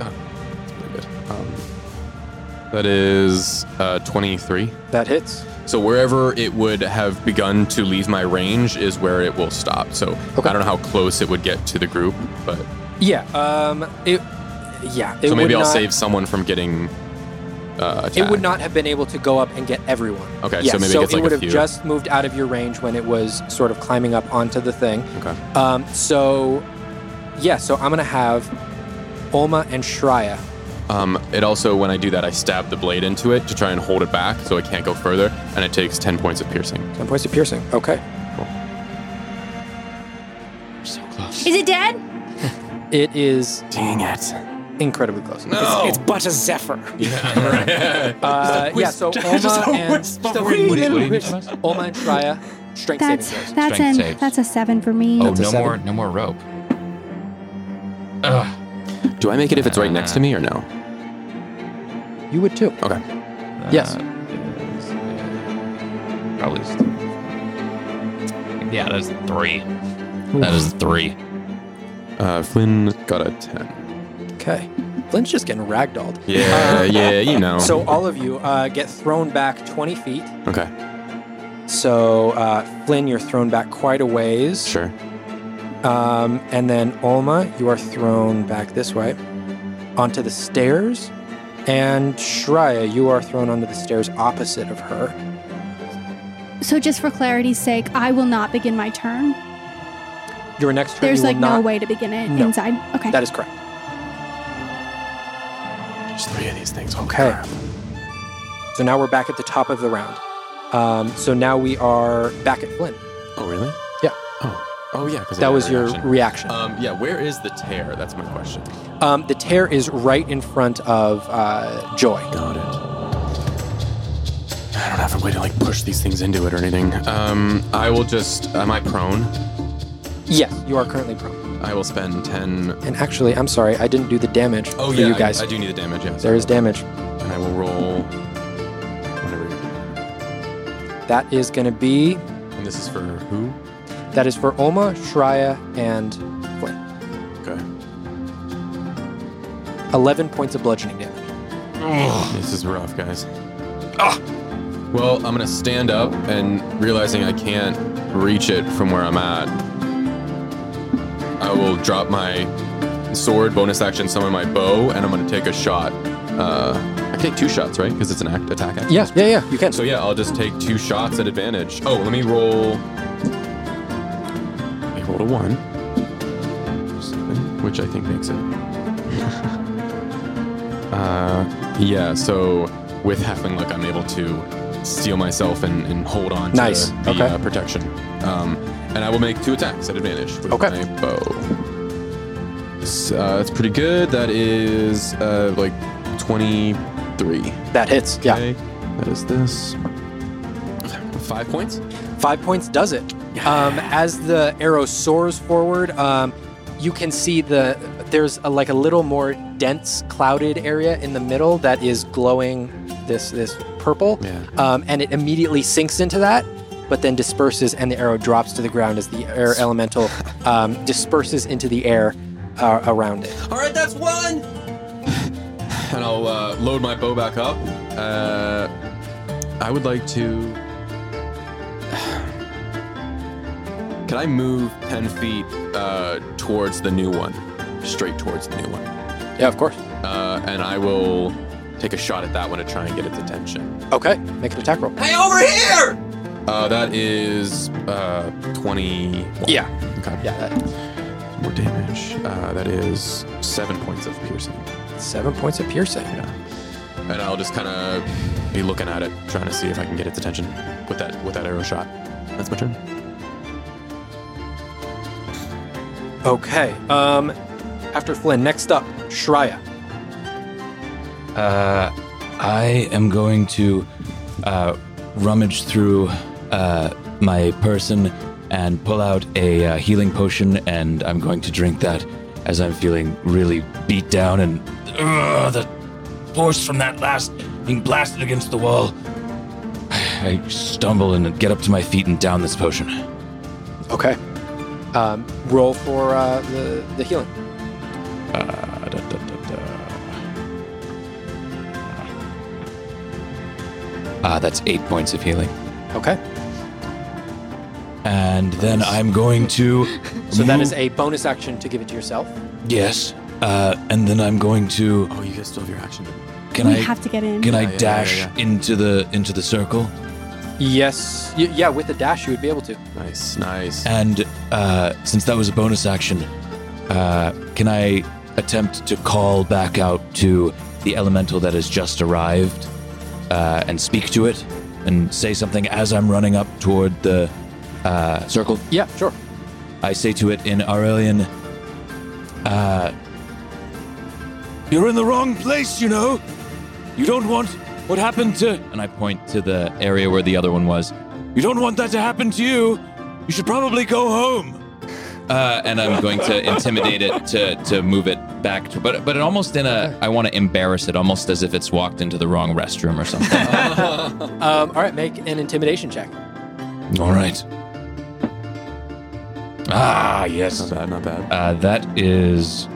S4: Oh, that's pretty good. Um, That is uh, 23.
S3: That hits.
S4: So wherever it would have begun to leave my range is where it will stop. So I don't know how close it would get to the group, but
S3: Yeah. Um. It. Yeah. It
S4: so maybe
S3: would
S4: I'll
S3: not-
S4: save someone from getting uh, attacked.
S3: It would not have been able to go up and get everyone.
S4: Okay,
S3: Yeah,
S4: so maybe it gets like
S3: would
S4: a
S3: have
S4: few.
S3: just moved out of your range when it was sort of climbing up onto the thing.
S4: Okay.
S3: Um, so, yeah. So I'm gonna have Olma and Shreya.
S4: Um, it also, when I do that, I stab the blade into it to try and hold it back so it can't go further, and it takes 10 points of piercing.
S3: Ten points of piercing. Okay.
S2: Is it dead?
S3: It is
S4: Dang it.
S3: incredibly close.
S4: No!
S6: It's but a zephyr.
S3: Uh, yeah. So Olma and Olma and Shreya, strength
S2: That's
S3: saving throws.
S2: that's an
S8: Strength saves.
S2: that's a seven for me.
S5: Oh,
S3: That's a
S5: no
S3: seven.
S5: more, no more rope. Ugh.
S4: Do I make it if it's right next to me or no?
S3: You would too.
S4: Okay.
S3: Yes.
S5: That is, uh, Probably. st- Yeah, that's three. That is three.
S4: Uh, Flynn got a 10.
S3: Okay. Flynn's just getting ragdolled.
S4: Yeah, yeah, you know.
S3: So all of you uh, get thrown back 20 feet.
S4: okay,
S3: So uh, Flynn, you're thrown back quite a ways.
S4: sure.
S3: Um, and then Olma, you are thrown back this way onto the stairs. And Shreya, you are thrown onto the stairs opposite of her.
S2: So just for clarity's sake, I will not begin my turn.
S3: Your next turn,
S2: There's
S3: you will
S2: like no
S3: not-
S2: way to begin it
S3: No.
S2: inside. Okay.
S3: That is correct.
S4: There's three of these things.
S3: Okay. So now we're back at the top of the round. Um, so now we are back at Flynn.
S4: Oh, really?
S3: Yeah.
S4: Oh, oh yeah, because
S3: That was your reaction.
S4: Um, yeah, where is the tear? That's my question.
S3: Um, the tear is right in front of uh, Joy.
S4: Got it. I don't have a way to like push these things into it or anything. Um, I will just. Am I prone?
S3: Yes, you are currently prone.
S4: I will spend ten.
S3: And actually, I'm sorry, I didn't do the damage
S4: Oh
S3: for
S4: yeah,
S3: you
S4: I-
S3: guys.
S4: I, do need the damage. Yeah,
S3: there is damage.
S4: and I will roll. Whatever.
S3: That is going to be
S4: And this is for who?
S3: that is for Olma, Shreya, and Flynn.
S4: Okay.
S3: 11 points of bludgeoning damage.
S4: This is rough, guys. Ah! Well, I'm gonna stand up and realizing I can't reach it from where I'm at, I will drop my sword, bonus action, summon my bow, and I'm gonna take a shot. Uh, I take two shots, right? Because it's an act attack action.
S3: Yeah, yeah, yeah. You can.
S4: So yeah, I'll just take two shots at advantage. Oh, let me roll. I rolled a one, which I think makes it. uh, yeah. So with halfling luck, I'm able to steal myself and, and hold on to
S3: Nice.
S4: the
S3: Okay.
S4: uh, protection. Um, and I will make two attacks at advantage with
S3: Okay.
S4: my bow. S- uh, that's pretty good. That is uh, like twenty-three.
S3: that hits. Yeah.
S4: Okay, That is this. Five points?
S3: Five points does it. Um, as the arrow soars forward, um, you can see the there's a, like a little more dense clouded area in the middle that is glowing this this purple,
S4: Yeah.
S3: um, and it immediately sinks into that, but then disperses and the arrow drops to the ground as the air elemental um, disperses into the air uh, around it.
S4: All right, that's one! And I'll uh, load my bow back up. Uh, I would like to. Can I move 10 feet uh, towards the new one? Straight towards the new one.
S3: Yeah, of course.
S4: Uh, and I will take a shot at that one to try and get its attention.
S3: Okay, make an attack roll.
S4: Uh, that is uh, 21.
S3: Yeah.
S4: Okay.
S3: Yeah, that-
S4: More damage. Uh, that is seven points of piercing.
S3: seven points of piercing.
S4: And I'll just kind of be looking at it, trying to see if I can get its attention with that with that arrow shot. That's my turn.
S3: Okay. Um, after Flynn, next up, Shreya.
S5: Uh, I am going to uh, rummage through uh, my person and pull out a uh, healing potion, and I'm going to drink that as I'm feeling really beat down and Ugh, the force from that last being blasted against the wall. I stumble and get up to my feet and down this potion.
S3: Okay. Um, roll for uh, the, the healing.
S5: Uh, da, da, da, da. Ah,
S8: Uh, that's eight points of healing.
S3: Okay.
S5: And then I'm going to.
S3: So that
S5: move-
S3: is a bonus action to give it to yourself.
S5: Yes. Uh, and then I'm going to.
S4: Oh, you guys still have your action.
S5: Can
S2: we
S5: I
S2: have to get in.
S5: can I
S4: Yeah, yeah, yeah,
S5: dash
S4: yeah.
S5: into the into the circle?
S3: Yes. Y- yeah, with a dash, you would be able to.
S4: Nice, nice.
S5: And uh, since that was a bonus action, uh, can I attempt to call back out to the elemental that has just arrived uh, and speak to it and say something as I'm running up toward the uh, circle?
S3: Yeah, sure.
S5: I say to it in Aurelian, uh, You're in the wrong place, you know. You don't want what happened to.
S8: And I point to the area where the other one was.
S5: You don't want that to happen to you. You should probably go home.
S8: Uh, and I'm going to intimidate it to, to move it back to, but but almost in a I want to embarrass it almost as if it's walked into the wrong restroom or something.
S3: Um, all right, make an intimidation check.
S5: All right. Ah, yes.
S4: Not bad, not bad.
S8: Uh, that is,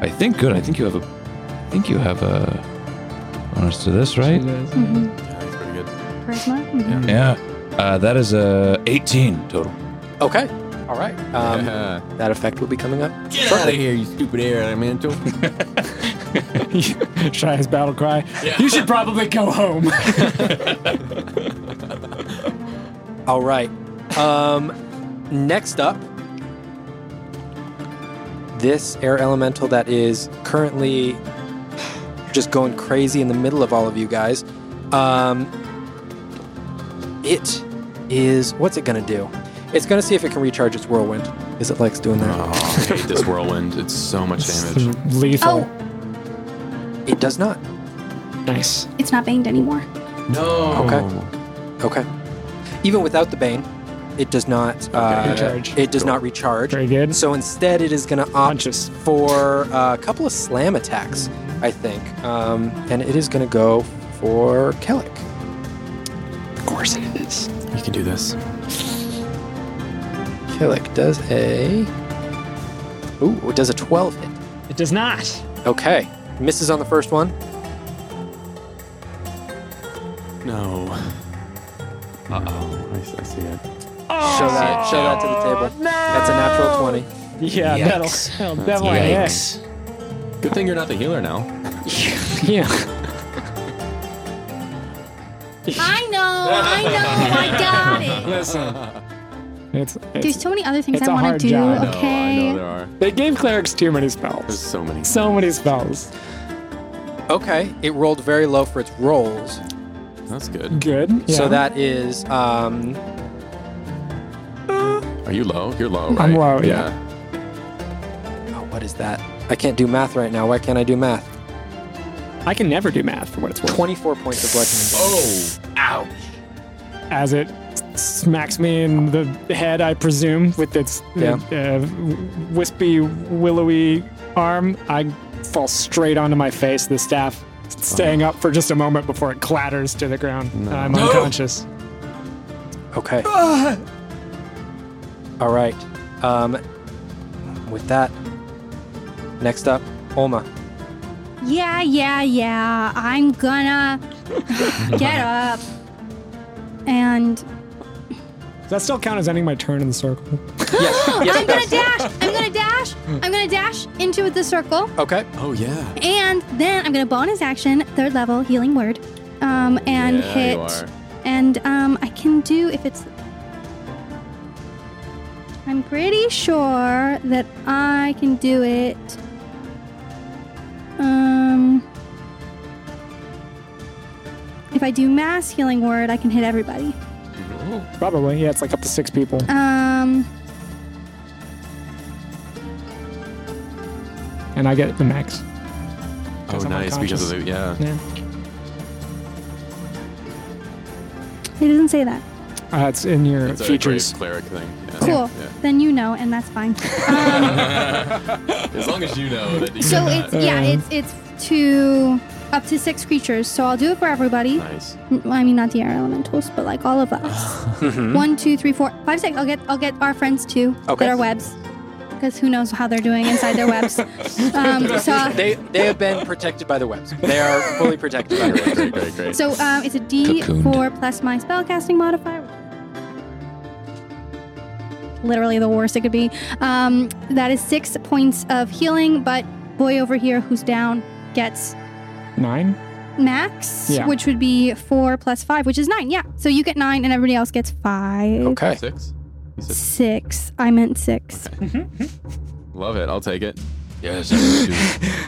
S8: I think good. I think you have a, I think you have a bonus to this, right?
S2: Mhm.
S4: Yeah, that's pretty good.
S2: Charisma? Mhm.
S8: Yeah. Uh, that is a 18 total.
S3: Okay. All right. Um,
S4: Yeah.
S3: That effect will be coming up.
S4: Get out of here, you stupid air elemental.
S6: Try his battle cry. You should probably go home.
S3: All right. Um, next up, this air elemental that is currently just going crazy in the middle of all of you guys. Um, it is. What's it gonna do? It's gonna see if it can recharge its whirlwind, because it likes doing that.
S4: Oh, I hate this whirlwind. It's so much damage.
S6: Lethal.
S2: Oh,
S3: It does not.
S6: Nice.
S2: it's not banged anymore.
S4: No.
S3: Okay. Okay. Even without the bane, it does not. Uh,
S6: Recharge.
S3: It does not recharge.
S6: Very good.
S3: So instead, it is going to opt
S6: Punches.
S3: for a couple of slam attacks, I think. Um, and it is going to go for Kellic.
S6: Of course it is.
S4: You can do this.
S3: Kellic does a. Ooh, it does a 12 hit.
S6: It does not.
S3: Okay. Misses on the first one.
S4: No. Uh oh. I, I see it.
S3: Show that. Show that to the table. That's a natural 20.
S6: Yeah, that'll,
S5: Yikes.
S6: that'll definitely hit.
S4: Good thing you're not the healer now.
S6: Yeah.
S2: I know, I know, I got it.
S6: Listen. It's,
S2: There's
S6: it's,
S2: so many other things
S6: It's
S2: I
S6: a
S2: want
S6: hard
S2: to do.
S6: job. I know,
S2: okay.
S4: I know there are.
S6: they gave clerics too many
S4: There's
S6: spells.
S4: so many.
S6: So many spells.
S3: Okay. It rolled very low for its rolls.
S4: That's good.
S6: Good. Yeah.
S3: So that is. Um,
S4: Are you low? You're low, right?
S6: I'm low, yeah.
S3: oh, what is that? I can't do math right now. Why can't I do math?
S6: I can never do math for what it's worth.
S3: 24 points of bludgeoning damage.
S7: Oh,
S6: As it s- smacks me in the head, I presume, with its
S3: Yeah.
S6: uh, wispy, willowy arm, I fall straight onto my face, the staff staying up for just a moment before it clatters to the ground. and I'm unconscious.
S3: Okay. All right. Um, with that, next up, Olma.
S2: Yeah, yeah, yeah. I'm gonna get up. And
S6: Does that still count as ending my turn in the circle?
S2: I'm gonna dash. I'm gonna dash. I'm gonna dash into the circle.
S3: Okay.
S4: Oh yeah.
S2: And then I'm gonna bonus action, third level healing word. Um, and
S4: Yeah,
S2: hit.
S4: you are.
S2: And um, I can do if it's. I'm pretty sure that I can do it. Um, if I do mass healing word, I can hit everybody.
S6: Probably. Yeah, it's like up to six people.
S2: Um,
S6: And I get the max.
S4: Oh
S6: I'm
S4: nice because of the yeah.
S6: Yeah.
S2: it doesn't say that.
S6: Uh, it's in your
S4: It's a
S6: features.
S4: great cleric thing. Yeah.
S2: Cool.
S4: Yeah.
S2: Then you know, and that's fine. Um,
S7: as long as you know that you
S2: so
S7: did
S2: it's yeah,
S3: Um.
S2: it's it's to up to six creatures. So I'll do it for everybody.
S4: Nice.
S2: N- I mean, not the air elementals, but like all of us. One, two, three, four, five, six. I'll get I'll get our friends too.
S3: Mm-hmm. Okay.
S2: Get our webs. because who knows how they're doing inside their webs. Um, so, uh,
S3: They they have been protected by the webs. They are fully protected by the webs.
S7: Great, great, great.
S2: so um, it's a D4
S5: Cocooned.
S2: plus my spellcasting modifier. Literally the worst it could be. Um, that is six points of healing, but boy over here who's down gets
S6: Nine?
S2: max,
S6: Yeah.
S2: which would be four plus five, which is nine. Yeah. So you get nine, and everybody else gets five.
S3: Okay.
S4: Six.
S2: Six. I meant six.
S4: Love it. I'll take it.
S5: Yes, I will too.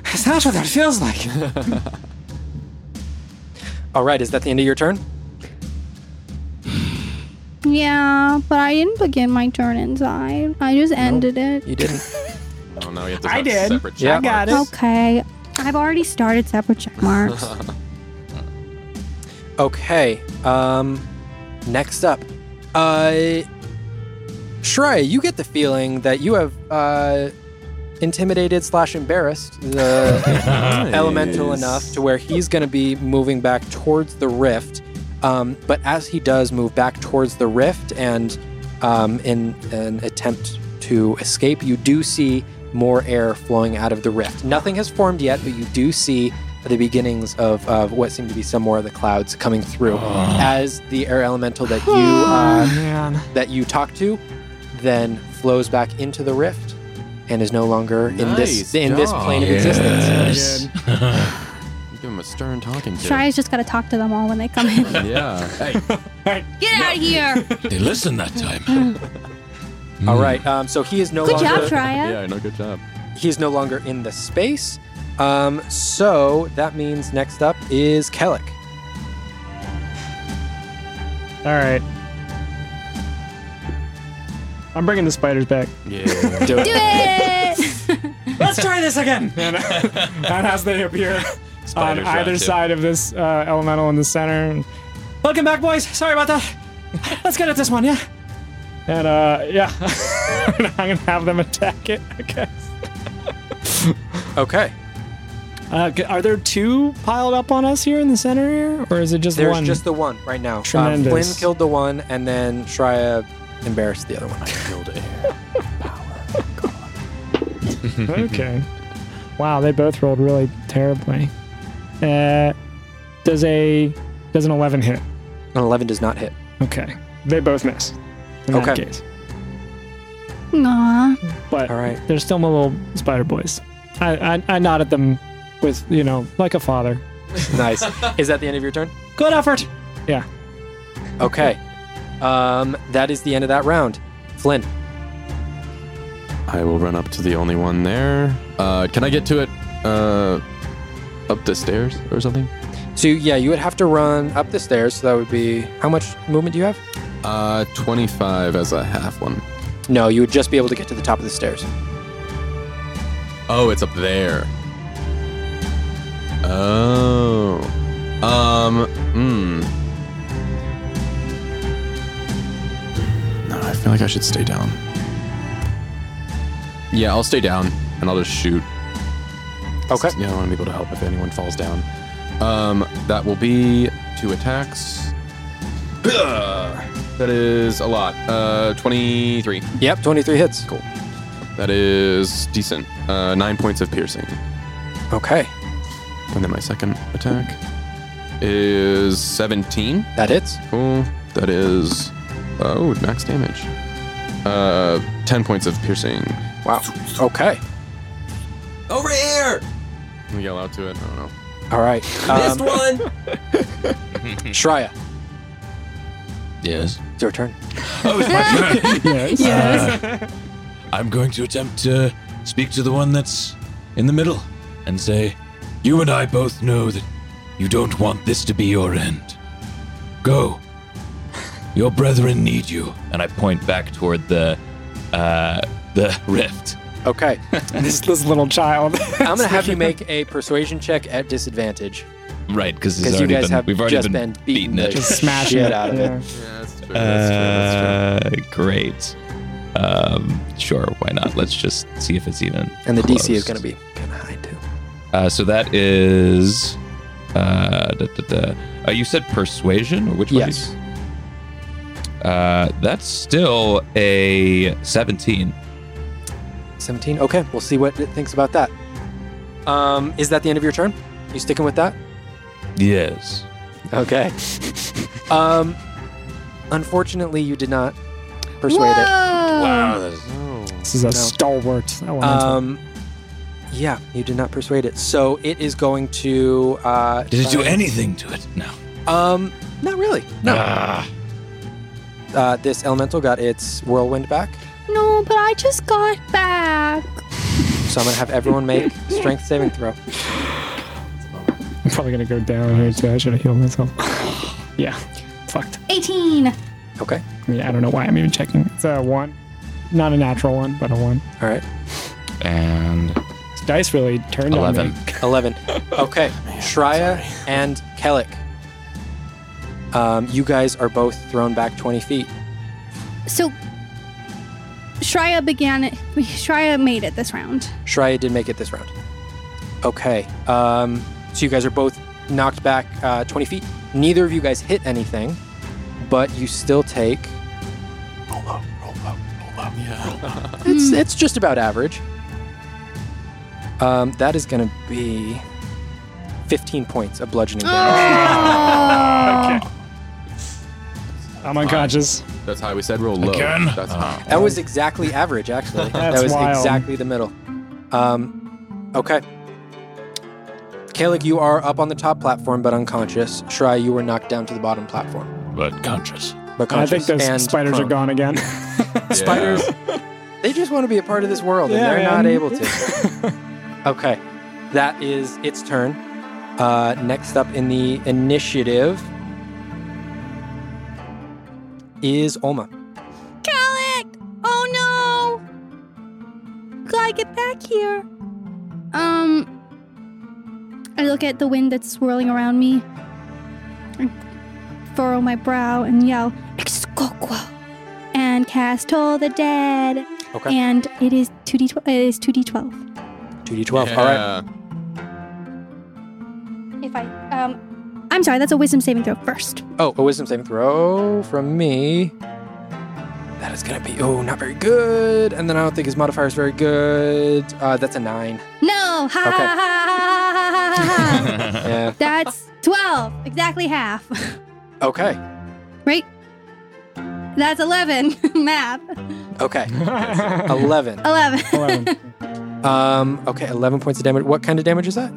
S6: That's not what that feels like.
S3: All right. Is that the end of your turn?
S2: Yeah, but I didn't begin my turn inside. I just ended it.
S3: You didn't.
S4: Oh no, you have to
S6: I
S4: have
S6: did.
S4: separate
S3: Yeah.
S6: I got it.
S2: Okay. I've already started separate check marks.
S3: Okay. Um, next up, uh, Shrey, you get the feeling that you have uh, intimidated slash embarrassed the elemental enough to where he's going to be moving back towards the rift. Um, but as he does move back towards the rift and um, in an attempt to escape, you do see more air flowing out of the rift. Nothing has formed yet, but you do see the beginnings of, of what seem to be some more of the clouds coming through as the air elemental that you uh,
S6: Man.
S3: that you talk to then flows back into the rift and is no longer in this
S4: Nice
S3: in this
S4: job.
S3: plane of
S4: Yeah.
S3: existence.
S5: Yes.
S4: You give him a stern talking to.
S2: Shry's just got to talk to them all when they come in.
S4: Yeah. Hey,
S2: Get out of here.
S5: They listened that time.
S6: Hmm.
S3: All right. Um, so he is no
S2: Good
S3: longer
S2: job, Shry.
S4: yeah, no good job.
S3: he is no longer in the space. Um, so that means next up is Kellic.
S6: All right. I'm bringing the spiders back.
S4: Yeah.
S2: Do it.
S6: Let's try this again.
S3: uh,
S6: And, and as they appear on
S4: Spiders
S6: either
S4: round two.
S6: side of this uh, elemental in the center. Welcome back, boys. Sorry about that. Let's get at this one, yeah. And uh, yeah, I'm gonna have them attack it. I guess.
S3: Okay.
S6: Uh, g- are there two piled up on us here in the center here, or is it just
S3: There's
S6: one?
S3: just the one right now. Uh,
S6: Tremendous.
S3: Flynn killed the one, and then Shreya embarrassed the other one.
S6: Mm-hmm.
S3: Mm-hmm.
S6: okay. Wow, they both rolled really terribly. Uh, does a does an 11 hit?
S3: An 11 does not hit.
S6: Okay, they both miss. In that
S3: Okay.
S6: case.
S2: Aw.
S6: But
S3: All right.
S6: they're still my little spider boys. I, I, I nod at them with, you know, like a father.
S3: Nice. is that the end of your turn?
S6: Good effort! Yeah.
S3: Okay. Um, that is the end of that round. Flynn.
S4: I will run up to the only one there. Uh, can I get to it? Uh, up the stairs or something?
S3: So yeah, you would have to run up the stairs. So that would be how much movement do you have?
S4: Uh, 25 as a half one.
S3: No, you would just be able to get to the top of the stairs.
S4: Oh, it's up there. Oh. Um. Hmm. No, I feel like I should stay down. Yeah, I'll stay down and I'll just shoot.
S3: Okay.
S4: Yeah, I want to be able to help if anyone falls down. Um, that will be two attacks. That is a lot. Uh, 23.
S3: Yep, 23 hits. Cool.
S4: That is decent. Uh, nine points of piercing.
S3: Okay,
S4: And then my second attack is 17.
S3: that hits.
S4: Oh, that is. Oh, max damage. Uh, 10 points of piercing.
S3: Wow. Okay.
S1: Over here!
S4: Can we yell out to it? I don't know.
S3: All right.
S1: Missed
S3: Um,
S1: one!
S3: Shreya,
S5: yes.
S3: it's your turn.
S6: Yes.
S5: Uh, I'm going to attempt to speak to the one that's in the middle and say, You and I both know that you don't want this to be your end. Go. Your brethren need you.
S8: and I point back toward the uh, the rift.
S3: Okay.
S6: this, this little child.
S3: I'm gonna have you make a persuasion check at disadvantage
S8: Right, because
S3: because you guys have just been, beating the
S6: Just smash
S3: shit
S6: it.
S3: out of
S6: yeah.
S3: it.
S4: Yeah, that's
S6: Uh,
S4: true.
S8: Uh, great. Um, sure, why not? Let's just see if it's even.
S3: And the DC is
S8: close.
S3: gonna be kind of high too.
S8: Uh, so that is. Uh, da, da, da. Uh, you said persuasion, or which one?
S3: Yes.
S8: Uh, that's still a 17.
S3: 17. Okay, we'll see what it thinks about that. Um, is that the end of your turn? You sticking with that?
S5: Yes.
S3: Okay. um, unfortunately, you did not persuade
S2: Whoa!
S3: it.
S6: This is a stalwart. elemental.
S3: Um, yeah, you did not persuade it. So it is going to. Uh,
S5: Did it do
S3: try-
S5: anything to it? No.
S3: Um, not really. No. Uh, this elemental got its whirlwind back,
S2: No, but I just got back.
S3: so I'm gonna have everyone make strength saving throw.
S6: I'm probably gonna go down here too. I should have healed myself. yeah, fucked.
S2: 18.
S3: Okay.
S6: I mean, I don't know why I'm even checking. It's a one, not a natural one, but a one.
S3: All right.
S8: And
S6: This dice really turned on
S8: eleven.
S6: me.
S3: Eleven. Okay. Shreya and Kellic. Um, you guys are both thrown back 20 feet.
S2: So Shreya began it. Shreya made it this round.
S3: Shreya did make it this round. Okay. Um, so you guys are both knocked back uh, 20 feet. Neither of you guys hit anything, but you still take. Roll up, roll up, roll up. Yeah. it's, it's just about average. Um, that is going to be 15 points of bludgeoning damage.
S6: I'm unconscious.
S4: That's how we said roll low.
S5: Again?
S4: That's
S3: That was exactly average, actually. that
S6: That's
S3: was
S6: wild.
S3: exactly the middle. Um, okay. Kalig, you are up on the top platform but unconscious. Shry, you were knocked down to the bottom platform
S5: But conscious.
S3: but
S6: I
S3: conscious.
S6: think those
S3: and
S6: spiders are
S3: prone.
S6: gone again.
S4: Uh,
S3: Spiders, they just want to be a part of this world and
S6: Yeah,
S3: they're
S6: man.
S3: not able to. okay. That is its turn. Uh, next up in the initiative is Olma.
S2: Calic! Oh no! Gotta get back here. Um, I look at the wind that's swirling around me, and furrow my brow, and yell, Excoqua! And cast Toll the Dead.
S3: Okay.
S2: And it is 2d12. It is 2d12.
S3: 2d12. All right.
S2: If I, um, I'm sorry, that's a wisdom saving throw first.
S3: Oh, a wisdom saving throw from me. That is gonna be oh, not very good. And then I don't think his modifier is very good. Uh, that's a nine.
S2: No! Ha ha
S3: Okay.
S2: ha ha ha ha ha!
S3: yeah.
S2: That's 12, exactly half.
S3: Okay.
S2: right? That's 11. Math.
S3: Okay. Eleven.
S2: 11.
S6: Eleven.
S3: Um. Okay. Eleven points of damage. What kind of damage is that?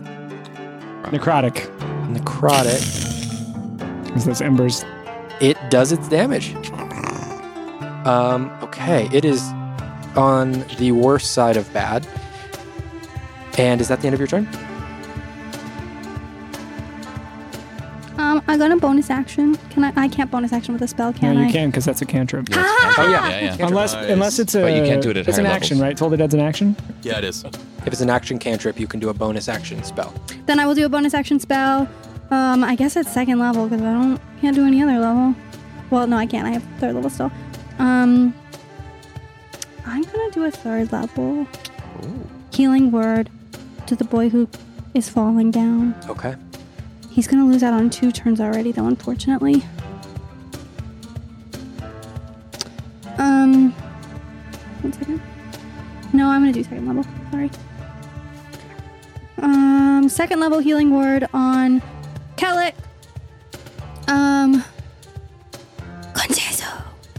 S6: Necrotic.
S3: Necrotic.
S6: It's those embers.
S3: It does its damage. Um. Okay. It is on the worst side of bad. And is that the end of your turn?
S2: Um, I got a bonus action. Can I? I can't bonus action with a spell,
S6: No,
S2: can I?
S6: you can because that's a cantrip.
S8: Oh
S3: yeah.
S8: yeah, yeah.
S6: Unless,
S4: Nice.
S6: unless it's a.
S8: But you can't do it at
S6: It's an
S8: higher
S6: action,
S8: levels.
S6: right? Told the dead's an action.
S4: Yeah, it is.
S3: If it's an action cantrip, you can do a bonus action spell.
S2: Then I will do a bonus action spell. Um, I guess it's second level because I don't can't do any other level. Well, no, I can't. I have third level still. Um, I'm gonna do a third level healing word to the boy who is falling down.
S3: Okay.
S2: He's gonna lose out on two turns already, though, unfortunately. Um, one second. No, I'm gonna do second level. Sorry. Um, second level healing word on Kellic. Um, Conceso.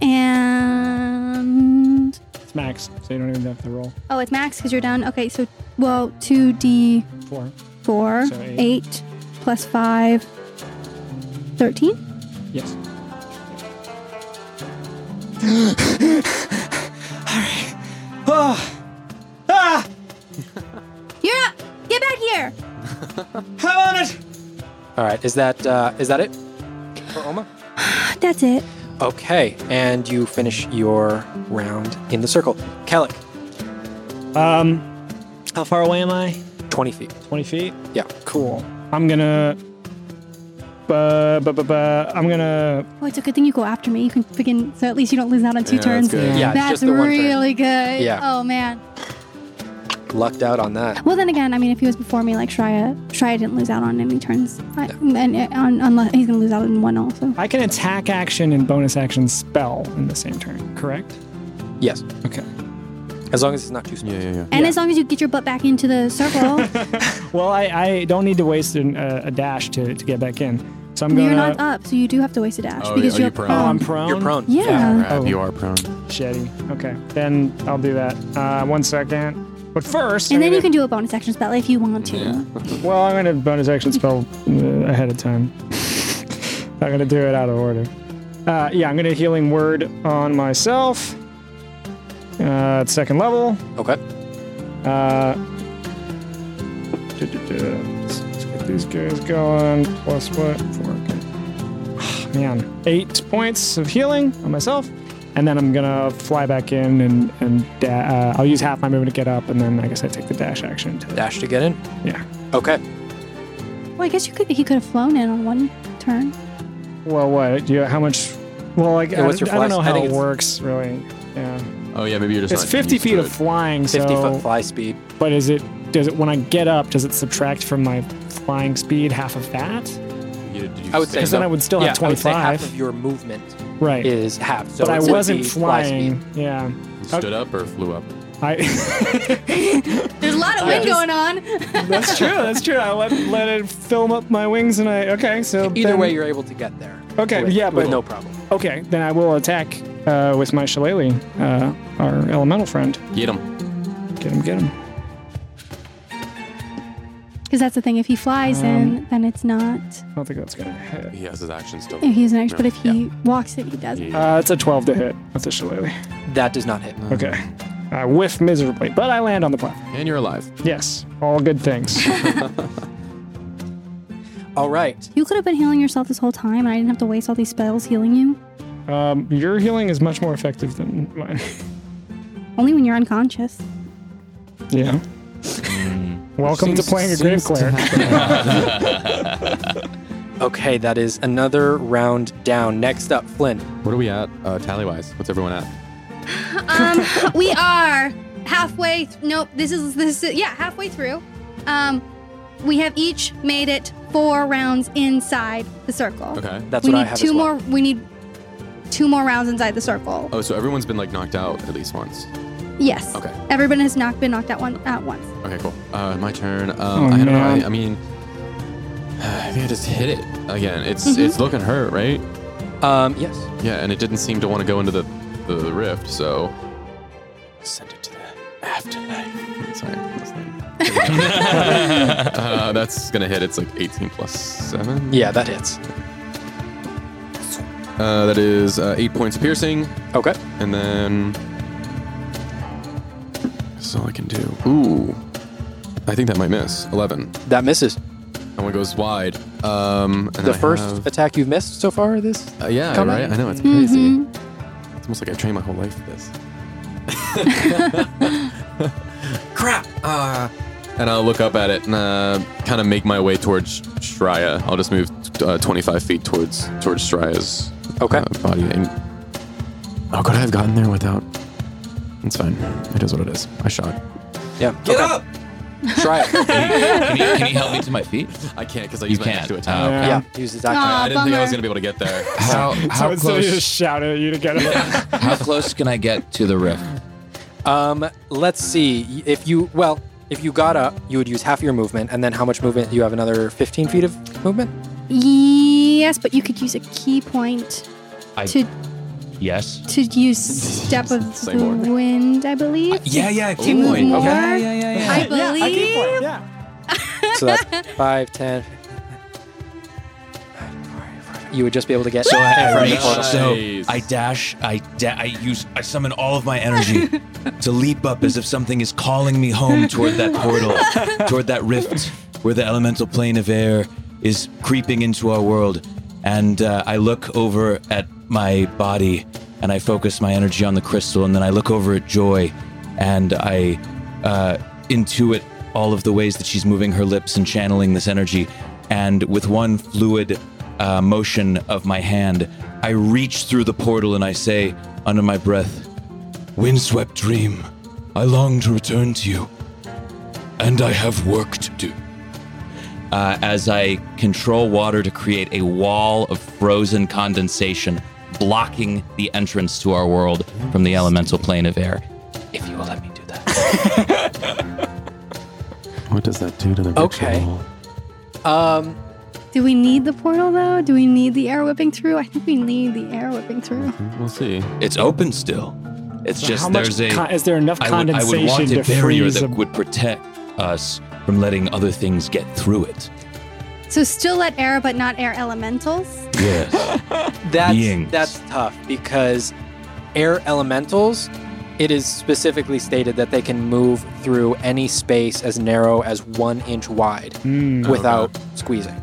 S2: And
S6: It's max, so you don't even have to roll.
S2: oh, it's max because you're down. Okay, so well, two D
S6: Four.
S2: four,
S6: So eight.
S2: eight plus five, thirteen.
S6: Yes.
S2: You're up. Get back here.
S3: All right. Is that uh, is that it for Oma?
S2: That's it.
S3: Okay, and you finish your round in the circle. Kellic,
S6: Um, how far away am I?
S3: 20 feet.
S6: 20 feet?
S3: Yeah.
S6: Cool. I'm gonna. uh, Buh, buh, buh, buh. I'm gonna.
S2: Oh, it's a good thing you go after me. You can freaking so at least you don't lose out on two
S4: Yeah, that's
S2: turns.
S4: good.
S3: Yeah, it's
S2: that's
S3: just the one turn.
S2: really good.
S3: Yeah.
S2: Oh man.
S3: Lucked out on that.
S2: Well, then again, I mean, if he was before me, like Shreya, Shreya didn't lose out on any turns. I, and uh, on, unless he's gonna lose out on one also.
S6: I can attack action and bonus action spell in the same turn, correct?
S3: Yes.
S6: Okay.
S3: As long as it's not too small.
S4: Yeah, yeah, yeah.
S2: And as long as you get your butt back into the circle,
S6: Well, I, I don't need to waste an, uh, a dash to, to get back in. So I'm
S2: you're
S6: gonna.
S2: not um, up, so you do have to waste a dash
S9: Oh,
S2: because
S9: yeah. Are
S2: you're
S9: you prone?
S6: oh, I'm
S2: prone.
S6: prone.
S3: You're prone.
S2: yeah.
S4: Crap,
S6: Oh.
S4: You are prone.
S6: Shitty. Okay. Then I'll do that. Uh, one second. But first,
S2: And
S6: I'm
S2: then you
S6: gonna-
S2: can do a bonus action spell if you want to.
S6: Well, I'm gonna bonus action spell uh, ahead of time. I'm gonna do it out of order. Uh, yeah, I'm gonna healing word on myself. Uh, at second level.
S3: Okay.
S6: Uh, let's, let's get these guys going. Plus what? Four. Okay. Ah, Man, eight points of healing on myself, and then I'm gonna fly back in and and da- uh, I'll use half my movement to get up, and then I guess I take the dash action. To,
S3: Dash to get in.
S6: yeah.
S3: Okay.
S2: Well, I guess you could. He could have flown in on one turn.
S6: Well, what? Do you, how much? Well, like
S3: Yeah, what's
S6: I,
S3: your
S6: I don't
S3: flex?
S6: know
S3: I
S6: how
S3: think
S6: it
S3: it's-
S6: works, really. Yeah,
S4: Oh yeah, maybe you're just.
S6: it's
S4: not
S6: 50
S4: used to
S6: feet of
S4: it.
S6: flying.
S3: 50
S6: so,
S3: foot fly speed.
S6: But is it? Does it? When I get up, does it subtract from my flying speed half of that?
S4: You- did you
S3: I would
S4: say
S3: say
S6: Because then
S3: so.
S6: I would still
S3: yeah,
S6: have
S3: I would say
S6: 25.
S3: half of your movement
S6: right.
S3: is half. So
S6: but I
S3: it's 50
S6: wasn't
S3: fly speed.
S6: flying. Yeah.
S4: you stood up or flew up?
S6: I.
S2: There's a lot of wind going on.
S6: that's true. That's true. I let, let it film up my wings, and I. Okay, so
S3: Either
S6: then-
S3: way, you're able to get there.
S6: Okay,
S3: With,
S6: yeah,
S3: with
S6: but-
S3: no problem.
S6: Okay, then I will attack uh, with my shillelagh, uh, our elemental friend.
S4: Get him.
S6: Get him! Get him!
S2: Because that's the thing. If he
S3: Um,
S2: flies in, then it's not.
S6: I don't think that's gonna hit.
S4: He has his action still.
S2: If he's an extra, but if he walks it, he doesn't.
S4: Yeah.
S6: Uh, it's a 12 to hit. That's a shillelagh.
S3: That does not hit.
S6: Okay. I whiff miserably, but I land on the platform.
S4: and you're alive.
S6: Yes, all good things.
S3: All right.
S2: You could have been healing yourself this whole time, and I didn't have to waste all these spells healing you.
S6: um, your healing is much more effective than mine.
S2: Only when you're unconscious.
S6: Yeah.
S4: Hmm.
S6: Welcome to playing a grave cleric.
S3: Okay, that is another round down. Next up, Flynn.
S4: What are we at? Uh, tally wise, what's everyone at?
S2: Um, we are halfway. Th- nope. This is this. Is, yeah, halfway through. Um, we have each made it four rounds inside the circle.
S4: Okay.
S3: That's
S2: we
S3: what
S2: need
S3: I have
S2: two
S3: as well.
S2: more. We need two more rounds inside the circle.
S4: Oh, so everyone's been like knocked out at least once.
S2: Yes.
S4: Okay.
S2: Everyone has not been knocked out one at once.
S4: Okay, cool. Uh, my turn. Um,
S6: Oh,
S4: I don't know.
S6: man.
S4: I, I mean, I think I just hit it again. It's
S6: Mm-hmm.
S4: it's looking hurt, right?
S3: Um, yes.
S4: Yeah, and it didn't seem to want to go into the the rift, so send it to the afterlife. Sorry. that's not- uh, that's gonna hit. It's like 18 plus seven.
S3: Yeah, that hits.
S4: Uh, that is uh, eight points of piercing,
S3: Okay.
S4: and then that's all I can do. Ooh, I think that might miss. 11.
S3: That misses.
S4: That one goes wide. Um, and
S3: The
S4: I
S3: first
S4: have-
S3: attack you've missed so far this?
S4: Uh, yeah,
S3: Come
S4: right.
S3: on.
S4: I know it's crazy. It's almost like I trained my whole life for this. Crap. Uh, and I'll look up at it and uh, kind of make my way towards Shreya. I'll just move uh, 25 feet towards towards Shreya's
S3: Okay.
S4: uh, body. And oh, could I have gotten there without? It's fine. It is what it is. I shot.
S3: yeah.
S1: Get up!
S3: Try it.
S5: Can you, can you help me to my feet?
S4: I can't because I
S5: You
S4: use my
S5: can't.
S4: axe to attack.
S5: Oh,
S3: yeah. Use his action.
S2: Aw,
S4: I didn't think I
S2: bummer.
S4: was gonna be able to get there.
S8: How,
S6: So
S8: how,
S6: instead of
S8: close,
S6: just shouting at you to get it.
S8: how close can I get to the rift?
S3: Um, let's see. If you well, if you got up, you would use half your movement, and then how much movement? You have another 15 feet of movement.
S2: Yes, but you could use a key point
S5: I-
S2: to
S5: Yes.
S2: to use step of
S4: Say
S2: the
S4: more.
S2: wind, I believe.
S5: Yeah, yeah.
S2: To move
S4: Okay.
S2: more.
S3: Yeah, yeah, yeah,
S2: I
S6: yeah, I keep
S2: believe.
S6: playing. Yeah.
S3: So that's 5, 10. You would just be able to get.
S5: So I, I
S3: from the
S5: reach,
S3: portal.
S5: so
S4: Nice.
S5: I dash, I da- I use, I summon all of my energy to leap up as if something is calling me home toward that portal, toward that rift where the elemental plane of air is creeping into our world. And uh, I look over at my body and I focus my energy on the crystal, and then I look over at Joy and I uh, intuit all of the ways that she's moving her lips and channeling this energy. And with one fluid uh, motion of my hand, I reach through the portal and I say under my breath, Windswept dream, I long to return to you, and I have work to do. Uh, as I control water to create a wall of frozen condensation blocking the entrance to our world from the elemental plane of air, if you will let me do
S4: What does that do to the
S3: Okay.
S4: ritual?
S3: Um,
S2: Do we need the portal though? Do we need the air whipping through? I think we need the air whipping through.
S4: We'll see.
S8: It's open still. It's
S6: So
S8: just
S6: how much
S8: there's a.
S6: con- is there enough
S8: I would, I
S6: condensation
S8: would want
S6: to
S8: a barrier
S6: freeze
S8: that
S6: a-
S8: would protect us from letting other things get through it.
S2: So still let air, but not air elementals.
S8: Yes.
S3: that's
S8: Beings.
S3: that's tough because air elementals. It is specifically stated that they can move through any space as narrow as one inch wide
S6: Hmm.
S3: without squeezing.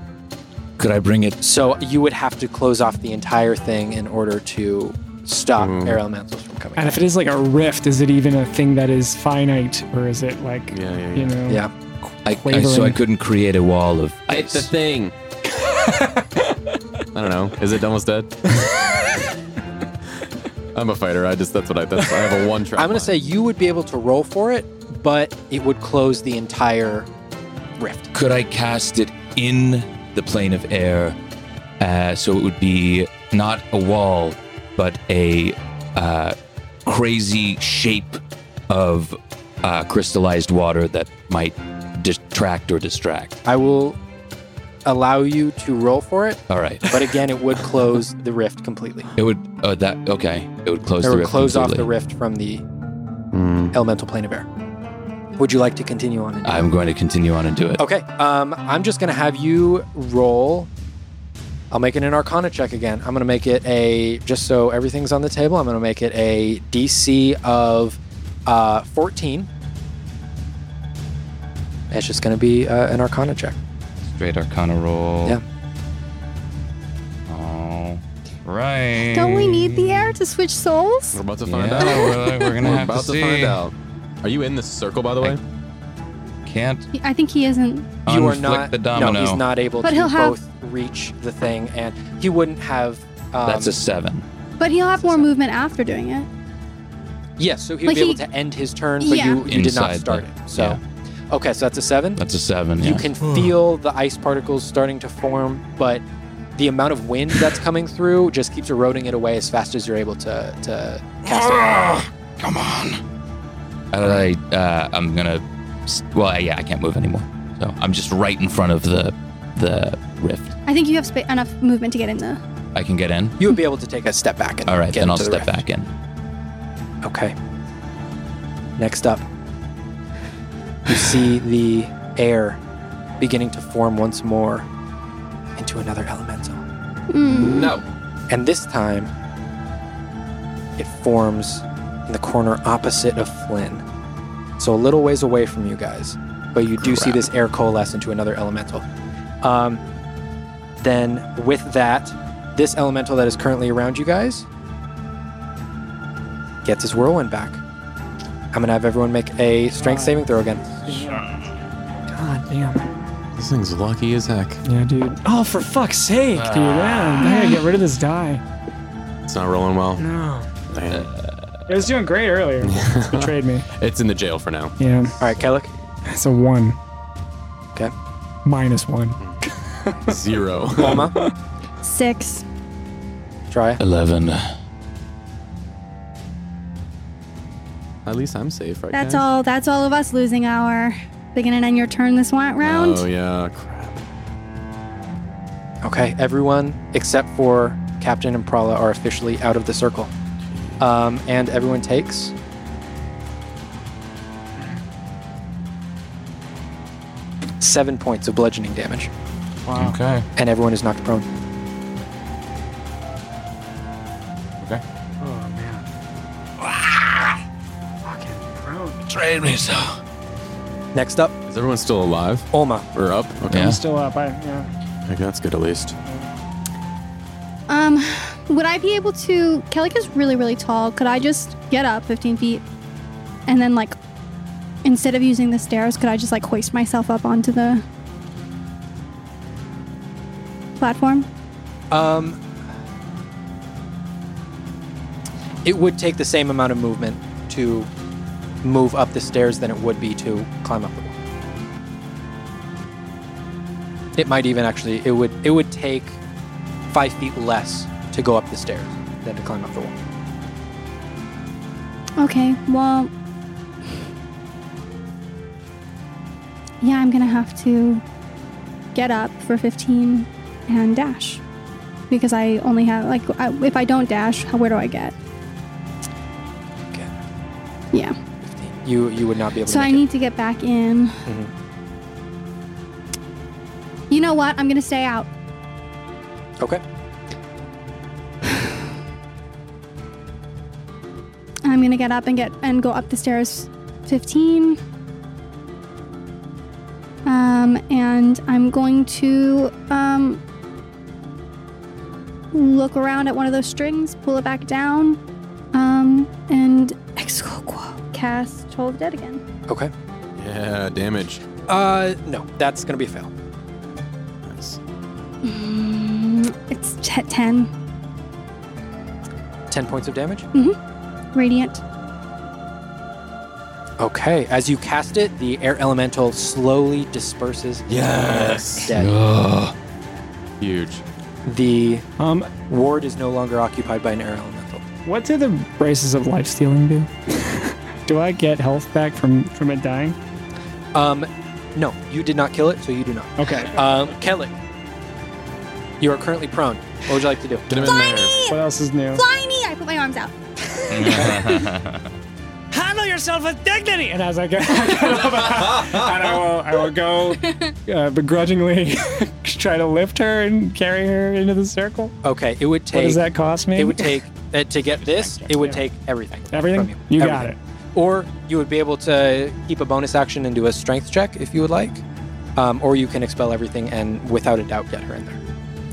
S5: Could I bring it?
S3: So you would have to close off the entire thing in order to stop
S4: Ooh.
S3: air elementals from coming.
S6: And if it is like a rift, is it even a thing that is finite, or is it like
S4: Yeah, yeah,
S6: you
S4: yeah.
S6: know?
S3: Yeah.
S5: I, I, so I
S6: Wavering.
S5: couldn't create a wall of
S4: It's the
S5: ice.
S4: thing. I don't know. Is it almost dead? I'm a fighter. I just that's what I that's I have a one track.
S3: I'm going
S4: mind.
S3: to say you would be able to roll for it, but it would close the entire rift.
S5: Could I cast it in the plane of air, uh, so it would be not a wall, but a uh, crazy shape of uh, crystallized water that might detract or distract.
S3: I will allow you to roll for it,
S5: All right,
S3: but again, it would close the rift completely.
S5: it would uh, that okay? It would close
S3: It
S5: the
S3: would
S5: rift
S3: close off the
S5: completely. Hmm.
S3: rift from the elemental plane of air. Would you like to continue on? and-
S5: I'm going to continue on and do it.
S3: Okay. Um, I'm just gonna have you roll. I'll make it an Arcana check again. I'm gonna make it a just so everything's on the table. I'm gonna make it a DC of uh, 14. It's just gonna be uh, an Arcana check.
S8: Straight Arcana roll.
S3: Yeah.
S8: All right.
S2: Don't we need the air to switch souls?
S4: we're about to
S8: Yeah,
S4: find out.
S8: we're, we're gonna
S4: We're
S8: have
S4: about
S8: to,
S4: to,
S8: see.
S4: find out. Are you in this circle, by the way?
S8: Can't.
S2: He- I think he isn't.
S3: You are
S8: unflick
S3: not.
S8: the domino.
S3: No, he's not able
S2: But
S3: to
S2: he'll have-
S3: both reach the thing, and he wouldn't have. Um,
S5: That's a seven.
S2: But he'll have more movement after doing it.
S3: yes. So he'd
S2: like
S3: be able
S2: he-
S3: to end his turn, but
S2: Yeah.
S3: you, you did not
S5: Inside
S3: start
S5: the-
S3: it. So, okay. So that's a seven.
S5: That's a seven.
S3: You
S5: Yeah.
S3: can feel the ice particles starting to form, but the amount of wind that's coming through just keeps eroding it away as fast as you're able to, to cast it.
S5: And I, uh, I'm gonna. s- Well, yeah, I can't move anymore. So I'm just right in front of the the rift.
S2: I think you have spa- enough movement to get in the.
S5: I can get in.
S3: You would be able to take a step back and
S5: All right,
S3: get
S5: then I'll
S3: into the
S5: step
S3: rift.
S5: back in.
S3: Okay. Next up, you see the air beginning to form once more into another elemental.
S2: Mm.
S4: No.
S3: And this time, it forms in the corner opposite of Flynn. So a little ways away from you guys. But you do see this air coalesce into another elemental. Um, then, with that, this elemental that is currently around you guys gets his whirlwind back. I'm going to have everyone make a strength saving throw again.
S6: God damn.
S4: This thing's lucky as heck.
S6: Yeah, dude. Oh, for fuck's sake, dude.
S4: Ah.
S6: Man, I gotta get rid of this die.
S4: It's not rolling well.
S6: No.
S4: Damn.
S6: It was doing great earlier. It's betrayed me.
S4: It's in the jail for now.
S6: Yeah.
S3: All right, Kellic.
S6: That's a one.
S3: Okay.
S6: Minus one.
S4: Zero.
S3: Alma.
S2: Six.
S3: Try.
S5: Eleven.
S4: At least I'm safe, right?
S2: That's
S4: guys?
S2: all. That's all of us losing our beginning and end your turn this wa- round.
S4: Oh yeah, crap.
S3: Okay, everyone except for Captain and Prala are officially out of the circle. Um, and everyone takes. Seven points of bludgeoning damage,
S8: Okay.
S3: and everyone is knocked prone.
S5: Trade me so.
S3: Next up,
S4: Is everyone still alive?
S3: Olma.
S4: We're up. Okay.
S5: Yeah.
S6: Still up. I, yeah.
S4: Okay, that's good at least.
S2: Um, would I be able to? Kellic is really, really tall. Could I just get up 15 feet, and then like, instead of using the stairs, could I just like hoist myself up onto the platform?
S3: Um, it would take the same amount of movement to move up the stairs than it would be to climb up the wall. It might even actually it would it would take five feet less to go up the stairs than to climb up the wall.
S2: Okay. Well, yeah, I'm gonna have to get up for 15 and dash because I only have like I, if I don't dash, how, where do I get?
S3: Okay.
S2: Yeah.
S3: You you would not be able.
S2: So
S3: to
S2: I
S3: make it.
S2: need to get back in.
S3: Mm-hmm.
S2: You know what? I'm gonna stay out.
S3: Okay.
S2: I'm gonna get up and get and go up the stairs 15. Um, and I'm going to um, look around at one of those strings, pull it back down, um, and Excoquo cast Toll of Dead again.
S3: Okay.
S4: Yeah, damage.
S3: Uh, no, that's gonna be a fail.
S4: Nice.
S2: Mm, it's t- 10
S3: Ten points of damage.
S2: Hmm. radiant.
S3: Okay. As you cast it, the air elemental slowly disperses.
S4: Yes.
S3: Dead.
S5: Ugh.
S4: Huge.
S3: The
S6: Um,
S3: ward is no longer occupied by an air elemental.
S6: what do the braces of life stealing do? do I get health back from from it dying?
S3: Um, no, you did not kill it, so you do not.
S6: Okay.
S3: Um, Kelly, you are currently prone. What would you like to do?
S4: Get him in there.
S6: What else is new?
S2: Fly me! I put my arms out.
S6: Handle yourself with dignity. And as I get, I get up, and I will, I will go uh, begrudgingly try to lift her and carry her into the circle.
S3: Okay, it would take.
S6: What does that cost me?
S3: It would take uh, to get this. It would take everything.
S6: everything.
S3: From you.
S6: You got it.
S3: Everything. Or you would be able to keep a bonus action and do a strength check if you would like, um, or you can expel everything and without a doubt get her in there.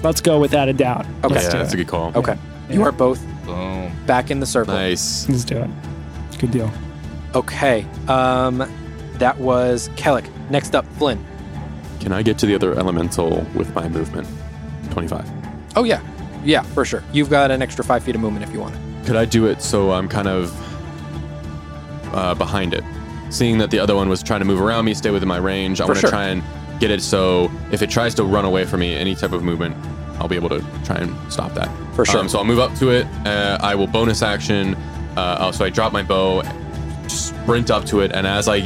S6: Let's go without a doubt.
S3: Okay.
S6: Let's
S4: Yeah,
S6: do
S4: that's a
S6: it.
S4: good call.
S3: Okay, you are both
S8: Boom.
S3: back in the circle.
S4: Nice.
S6: Let's do it. Good deal.
S3: Okay, um, that was Kellic. Next up, Flynn.
S4: Can I get to the other elemental with my movement? 25.
S3: Oh yeah, yeah, for sure. You've got an extra five feet of movement if you want it.
S4: Could I do it so I'm kind of uh, behind it? Seeing that the other one was trying to move around me, stay within my range, I
S3: For
S4: want to
S3: sure.
S4: try and get it so if it tries to run away from me, any type of movement, I'll be able to try and stop that.
S3: For sure.
S4: Um, so I'll move up to it. Uh, I will bonus action. Uh, oh, so I drop my bow, sprint up to it, and as I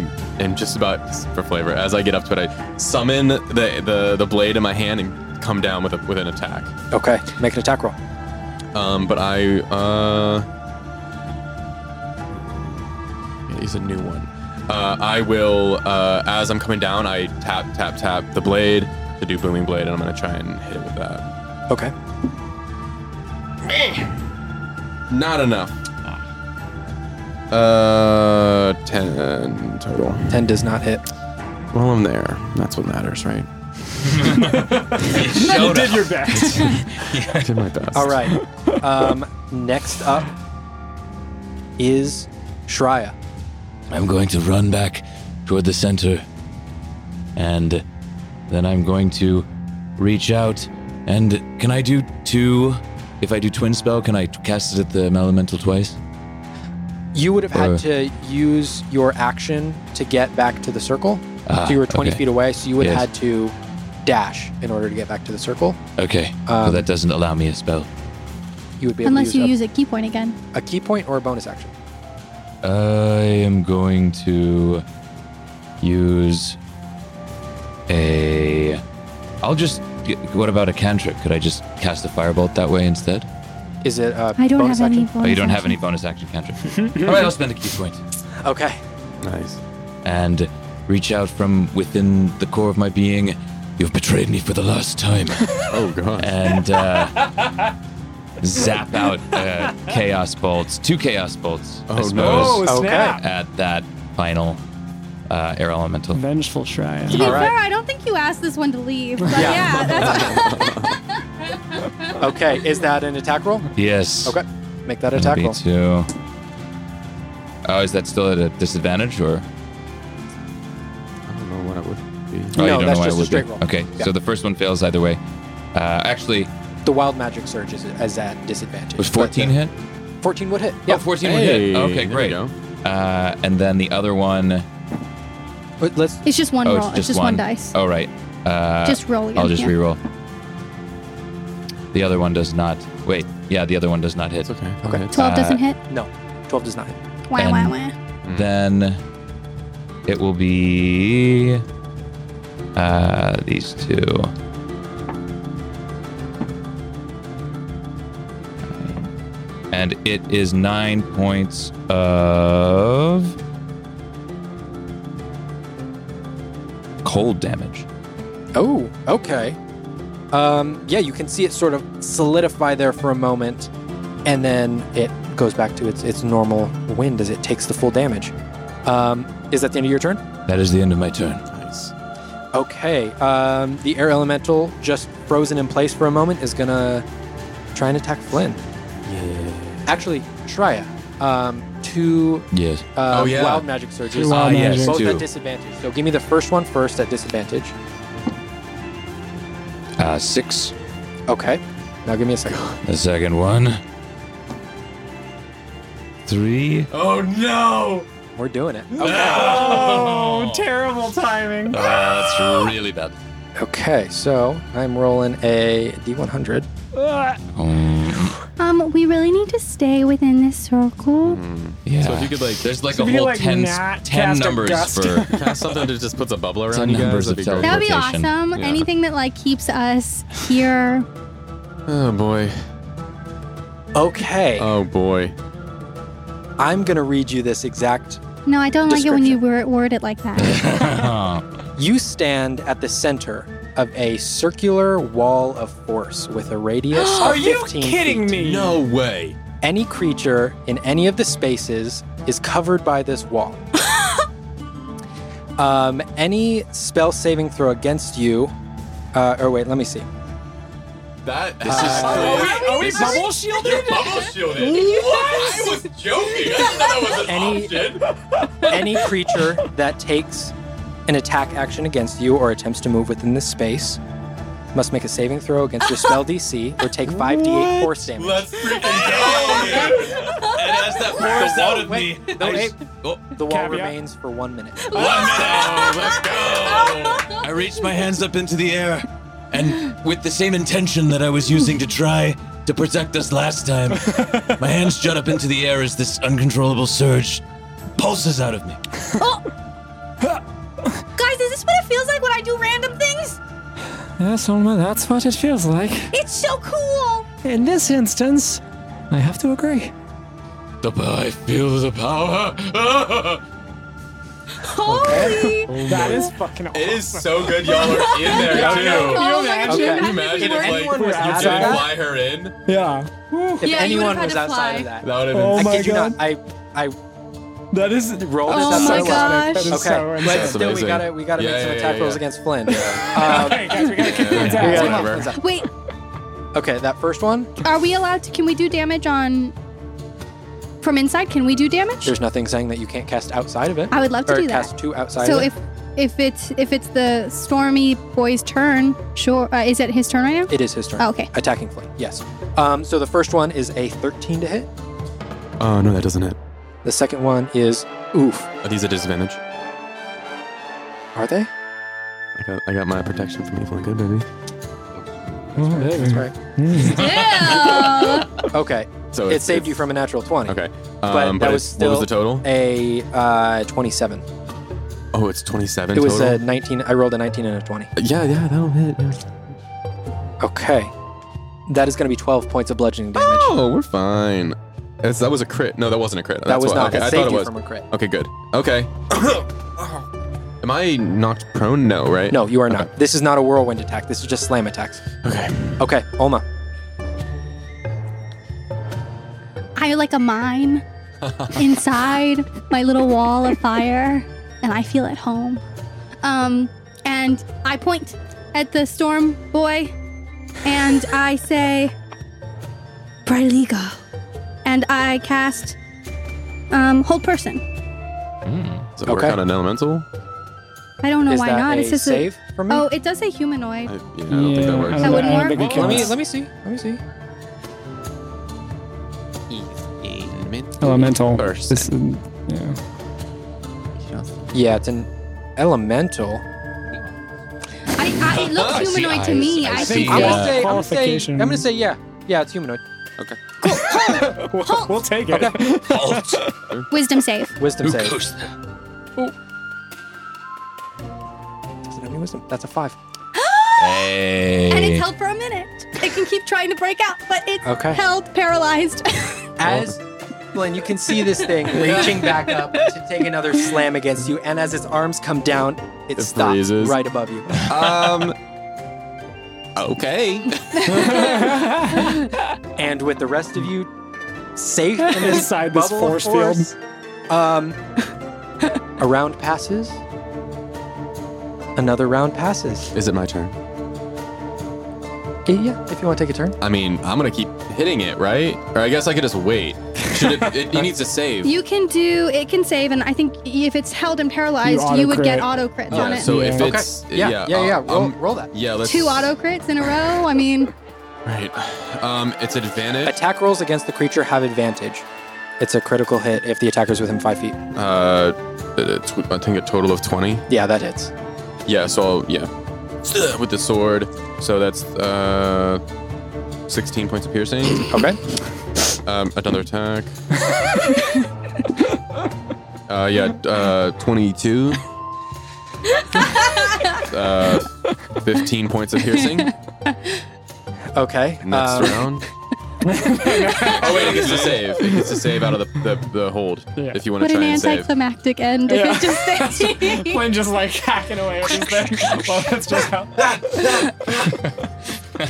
S4: am just about for flavor, as I get up to it, I summon the the, the blade in my hand and come down with a, with an attack.
S3: Okay, make an attack roll.
S4: Um, but I uh, yeah, he's a new one. Uh, I will uh, as I'm coming down, I tap tap tap the blade to do booming blade, and I'm gonna try and hit it with that.
S3: Okay.
S4: Not enough. Ah. Uh, ten total.
S3: 10 does not hit.
S4: Well, I'm there. That's what matters, right?
S6: You did your best.
S4: I did my best.
S3: All right. Um, next up is Shreya.
S5: I'm going to run back toward the center. And then I'm going to reach out. And can I do two? If I do twin spell, can I t- cast it at the elemental twice?
S3: You would have
S5: Uh.
S3: had to use your action to get back to the circle. so you were 20
S5: okay.
S3: feet away, so you would have
S5: Yes.
S3: had to dash in order to get back to the circle.
S5: Okay. so
S3: Um,
S5: that doesn't allow me a spell.
S3: You would be able
S2: Unless
S3: to
S2: you use
S3: use,
S2: a key point again.
S3: a, a key point or a bonus action.
S5: I am going to use a. I'll just. What about a cantrip? Could I just cast a firebolt that way instead?
S2: Oh,
S3: Is it a
S2: I don't
S3: bonus
S2: have any.
S3: action?
S2: Bonus
S5: Oh, you don't have
S2: action.
S5: any bonus action cantrip. All right, I'll spend a key point.
S3: Okay.
S4: Nice.
S5: and reach out from within the core of my being. You've betrayed me for the last time.
S4: Oh god.
S5: and uh, zap out uh, chaos bolts, two chaos bolts, I
S4: Oh,
S5: suppose,
S4: no.
S6: oh snap!
S5: at that final uh, air elemental.
S6: Vengeful Shreya.
S2: To be
S3: All right.
S2: fair, I don't think you asked this one to leave. But
S3: Yeah.
S2: yeah, that's
S3: Okay. Is that an attack roll?
S5: Yes.
S3: Okay. Make that
S5: That'll
S3: attack
S5: be
S3: roll.
S5: two. Oh, is that still at a disadvantage or? Oh,
S4: I don't know what it would be.
S5: Oh,
S3: No,
S5: you don't
S3: that's
S5: know what
S3: just
S5: it
S3: a
S5: would be.
S3: straight roll.
S5: Okay,
S3: Yeah.
S5: so the first one fails either way. Uh, actually,
S3: The wild magic surge is, is at disadvantage.
S5: was
S3: but
S5: 14
S3: the-
S5: hit?
S3: 14 would hit. Yeah.
S5: Oh, 14 would hit.
S4: Hey,
S5: Okay,
S4: there we
S5: great.
S4: go.
S5: Uh, and then the other one.
S3: But let's
S2: it's just one
S5: Oh,
S2: roll. Oh, It's just, one. dice.
S5: Oh, right. Uh,
S2: just roll again.
S5: I'll just
S2: yeah.
S5: re-roll. The other one does not. Wait, yeah, the other one does not hit.
S4: It's okay.
S3: Okay.
S4: Okay.
S2: Twelve
S5: Uh,
S2: doesn't hit.
S3: No, 12 does not hit.
S2: Wah,
S5: and-
S2: wah, wah.
S5: Then it will be
S8: Uh, these two. And it is nine points of cold damage.
S3: Oh, okay. Um, yeah, you can see it sort of solidify there for a moment, and then it goes back to its its normal wind as it takes the full damage. Um, is that the end of your turn?
S5: That is the end of my turn.
S4: Nice.
S3: Okay. Um, the air elemental, just frozen in place for a moment, is gonna try and attack Flynn. Actually, Shreya. Um, two
S5: Yes.
S3: uh,
S4: Oh, yeah.
S3: wild magic surges.
S6: Two wild Ah, yes, magic.
S3: both
S5: two.
S3: at disadvantage. So give me the first one first at disadvantage.
S5: Uh, six.
S3: Okay. Now give me a second.
S5: The second one. Three.
S7: Oh no!
S3: We're doing it.
S6: Oh, terrible timing.
S5: Uh, that's really bad.
S3: Okay, so I'm rolling a d100.
S6: Ah,
S5: oh.
S2: Um, we really need to stay within this circle.
S5: Mm, Yeah.
S4: So if you could like
S5: there's like a
S6: If you,
S5: whole
S6: like,
S5: ten,
S6: not
S5: ten
S6: cast a
S5: numbers
S6: gust.
S5: for.
S4: cast something that just puts a bubble
S5: It's a
S4: around you
S5: numbers
S4: guys,
S5: of
S4: that'd be great.
S2: That would
S5: telephone.
S2: be
S5: Rotation.
S2: awesome.
S4: Yeah.
S2: Anything that like keeps us here.
S4: Oh boy.
S3: Okay,
S4: Oh boy.
S3: I'm gonna read you this exact.
S2: No, I don't like it when you wor- word it like that.
S3: You stand at the center of a circular wall of force with a radius. of
S6: Are you
S3: 15
S6: kidding
S3: feet.
S6: me?
S4: No way.
S3: Any creature in any of the spaces is covered by this wall. um, any spell saving throw against you. Uh, or wait, let me see.
S4: That
S5: This is-
S6: Are we, are we
S4: This is-
S6: bubble shielded?
S7: Bubble shielded. What? I was joking. I
S3: Any-
S7: didn't know that was an option.
S3: any creature that takes an attack action against you or attempts to move within this space must make a saving throw against your spell DC or take 5d8 force damage.
S7: Let's freaking go, dude.
S8: And as that pours out of
S3: wait,
S8: me,
S3: no,
S8: I,
S3: wait.
S8: s- oh,
S3: The wall
S6: Caveat.
S3: remains for one minute.
S5: I reached my hands up into the air, and with the same intention that I was using to try to protect us last time, my hands jut up into the air as this uncontrollable surge pulses out of me.
S10: Guys, is this what it feels like when I do random things?
S6: Yes, Olma, that's what it feels like.
S10: It's so cool.
S6: In this instance, I have to agree.
S5: The po- I feel the power.
S10: Holy.
S6: That is fucking awesome.
S7: It is so good y'all are in there too. Can
S10: Oh
S6: you
S10: my
S6: imagine?
S10: gosh,
S3: Okay.
S10: that
S7: you imagine
S10: didn't
S7: if like
S10: work.
S6: Anyone
S7: you
S6: was
S7: didn't
S6: outside that?
S7: fly her in?
S6: Yeah.
S3: If
S10: Yeah, you
S3: anyone
S10: would've had
S3: was
S10: to
S3: outside of
S10: fly.
S3: that,
S7: That would have
S6: Oh
S3: I
S7: been
S6: my
S3: kid you
S6: god.
S3: not. I I
S6: That is.
S3: rolled
S2: Oh
S3: this
S2: my
S3: up.
S6: so ironic.
S2: gosh.
S6: That
S3: Okay,
S6: is so
S3: but
S6: insane.
S3: still we
S4: amazing.
S3: gotta we gotta
S7: Yeah,
S3: make some
S7: yeah,
S3: attack
S7: yeah,
S3: rolls
S7: yeah.
S3: against Flynn. Um,
S6: Hey, guys, we gotta kick
S3: we
S6: these out.
S3: gotta take
S6: Come on.
S4: whatever.
S3: Flynn's out.
S10: Wait,
S3: Okay, that first one,
S2: Are we allowed to? Can we do damage on from inside? Can we do damage?
S3: there's nothing saying that you can't cast outside of it.
S2: I would love to
S3: or
S2: do that.
S3: cast two outside
S2: So
S3: of it.
S2: if if it's if it's the stormy boy's turn, sure. Uh, is it his turn right now?
S3: It is his turn.
S2: Oh, okay.
S3: Attacking flame, yes. Um, so the first one is a 13 to hit.
S4: Oh no, that doesn't hit.
S3: The second one is oof.
S4: Are these a disadvantage?
S3: Are they?
S4: I got I got my protection from evil and good, baby.
S3: Right.
S10: yeah.
S3: Okay.
S4: So
S3: It saved you from a natural 20.
S4: Oh, Okay.
S3: But
S4: Um,
S3: that
S4: but,
S3: was
S4: it's what was
S3: still-
S4: the total?
S3: A uh, 27.
S4: Oh, it's 27
S3: It was
S4: total.
S3: a 19. I rolled a 19 and a 20.
S4: yeah, yeah, that'll hit. yeah.
S3: Okay. That is going to be 12 points of bludgeoning damage.
S4: Oh, we're fine. That's, that was a crit. No, that wasn't a crit.
S3: that was not.
S4: okay,
S3: that
S4: I
S3: saved
S4: thought it
S3: you
S4: was.
S3: from a crit.
S4: Okay, good. Okay. Am I knocked prone? No, right?
S3: No, you are not. This is not a whirlwind attack. This is just slam attacks.
S4: Okay.
S3: Okay, Olma.
S2: I like a mine inside my little wall of fire, and I feel at home. Um, and I point at the storm boy, and I say, "Braliga," and I cast um, hold person.
S4: So we're
S3: Okay.
S4: kind of elemental.
S2: I don't know
S3: is
S2: why
S3: that
S2: not.
S3: a
S2: it's just
S3: save for
S2: a
S3: me?
S2: oh, it does say humanoid.
S4: I, yeah, I don't think that works.
S2: That wouldn't work?
S6: think we
S3: let me
S6: can.
S3: let me see. Let me see.
S6: Elemental.
S4: First.
S6: This, yeah.
S3: Yeah, it's an elemental.
S2: I, I, it looks
S5: I see
S2: humanoid to
S5: eyes.
S2: me.
S5: I
S2: I,
S5: see
S2: think
S3: I'm,
S5: Yeah.
S3: gonna say, I'm, gonna say, I'm
S6: Qualification.
S3: gonna say yeah. Yeah, it's humanoid.
S6: We'll, we'll take it.
S5: Halt!
S2: wisdom save.
S3: Wisdom
S5: Who
S3: save.
S5: goes there?
S3: Doesn't have me wisdom. That's a five.
S8: Hey.
S2: And it's held for a minute. It can keep trying to break out, but it's
S3: Okay.
S2: held paralyzed.
S3: As Glenn, you can see this thing reaching back up to take another slam against you, and as its arms come down, it,
S4: It
S3: stops
S4: freezes.
S3: right above you.
S4: Um. okay.
S3: And with the rest of you safe in this
S6: Inside this
S3: bubble of
S6: force field.
S3: force, um, a round passes. Another round passes.
S4: Is it my turn?
S3: Yeah, if you want to take a turn.
S4: I mean, I'm gonna keep hitting it, right? Or I guess I could just wait. Should it? it he needs to save.
S2: you can do, it can save, and I think if it's held and paralyzed, you, would get
S6: auto-crit.
S2: auto crits on
S4: yeah.
S2: it.
S4: So if
S6: Yeah.
S3: Okay.
S4: it's
S3: Yeah, yeah, yeah.
S4: uh,
S3: roll,
S4: um,
S3: roll that.
S4: yeah. Let's
S2: Two auto crits in a row. I mean,
S4: Right. Um, it's an advantage.
S3: Attack rolls against the creature have advantage. It's a critical hit if the attacker's within five feet.
S4: Uh, it's, I think a total of twenty.
S3: Yeah, that hits.
S4: Yeah. So I'll, yeah, with the sword. So that's uh, sixteen points of piercing.
S3: Okay.
S4: Um, another attack. uh, yeah, uh, 22. uh, 15 points of piercing. Next
S3: Okay. um,
S4: round. oh, wait, it gets to save. It gets to save out of the, the, the hold
S6: Yeah.
S4: if you want
S2: what
S4: to
S2: an
S4: try and save.
S2: anticlimactic end
S6: Yeah.
S2: if it just stays.
S6: Quinn just like hacking away at his thing. Well, that's just how.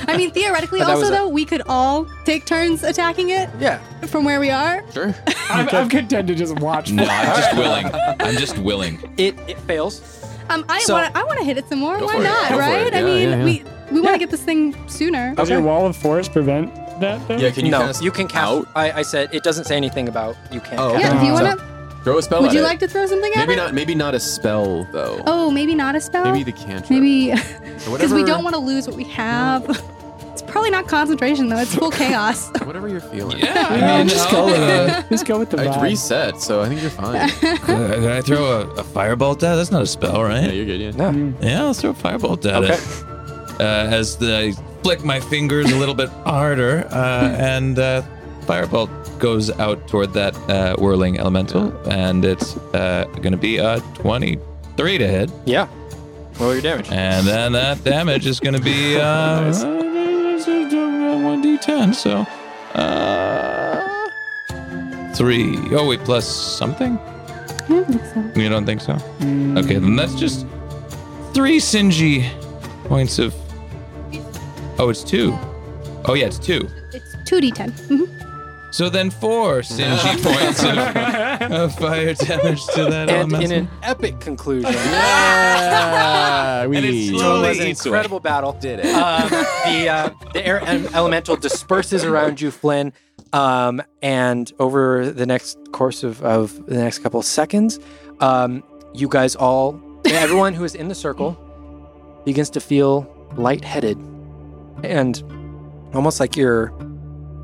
S2: I mean, theoretically,
S3: But that
S2: also
S3: was a-
S2: though, we could all take turns attacking it
S3: yeah.
S2: from where we are.
S4: Sure.
S6: I'm, I'm content to just watch.
S8: No, I'm just willing. I'm just willing.
S3: It it fails.
S2: Um, I
S3: So-
S2: want to I want to hit it some more.
S4: Go
S2: Why
S4: for it.
S2: not,
S4: Go for
S2: right?
S4: it.
S2: I
S4: Yeah,
S2: mean,
S4: yeah, yeah.
S2: we we want to get this thing sooner.
S6: Does
S3: Okay.
S6: your wall of force prevent that? Though?
S4: Yeah, can you
S3: no,
S4: cast
S3: you can cast.
S4: out?
S3: I, I said it doesn't say anything about you can't.
S4: Oh,
S3: cast.
S2: Yeah. Do you
S6: So-
S2: want to?
S4: Throw a spell
S2: Would
S4: at
S2: you
S4: it.
S2: like to throw something at
S4: maybe
S2: it?
S4: not Maybe not a spell, though.
S2: Oh, maybe not a spell.
S4: Maybe the cantrip.
S2: Maybe because
S4: Whatever,
S2: we don't want to lose what we have. It's probably not concentration though. It's full chaos.
S4: Whatever you're feeling.
S8: Yeah.
S6: Yeah, just go with it. Just go with the
S4: It's
S6: vibe.
S4: reset, so I think you're fine.
S5: Uh, Can I throw a, a firebolt at it? That's not a spell,
S4: yeah,
S5: right?
S4: you're good, yeah.
S3: No.
S5: Yeah, I'll throw a firebolt at
S3: Okay.
S5: it. Uh, as the, I flick my fingers a little bit harder, uh, and uh, firebolt goes out toward that uh, whirling elemental, and it's uh, going to be a 23 to hit.
S3: Yeah. Roll your damage.
S5: And then that damage is going to be uh, 1d10. So, uh, three. Oh, wait, plus something?
S2: I don't think so.
S5: You don't think so? Okay, then that's just three singy points of. Oh, it's two. Oh, yeah, it's two.
S2: It's two d10. Mhm.
S5: So then four singy points of, of fire damage to that
S3: And
S4: uh,
S3: in
S5: elemental.
S3: an epic conclusion,
S4: Yeah, we
S5: And it's
S3: it was an
S5: Slowly eats away.
S3: incredible battle. Did it? Um, the uh, the air en- elemental disperses around you, Flynn. Um, and over the next course of, of the next couple of seconds, um, you guys all, everyone who is in the circle, begins to feel lightheaded and almost like you're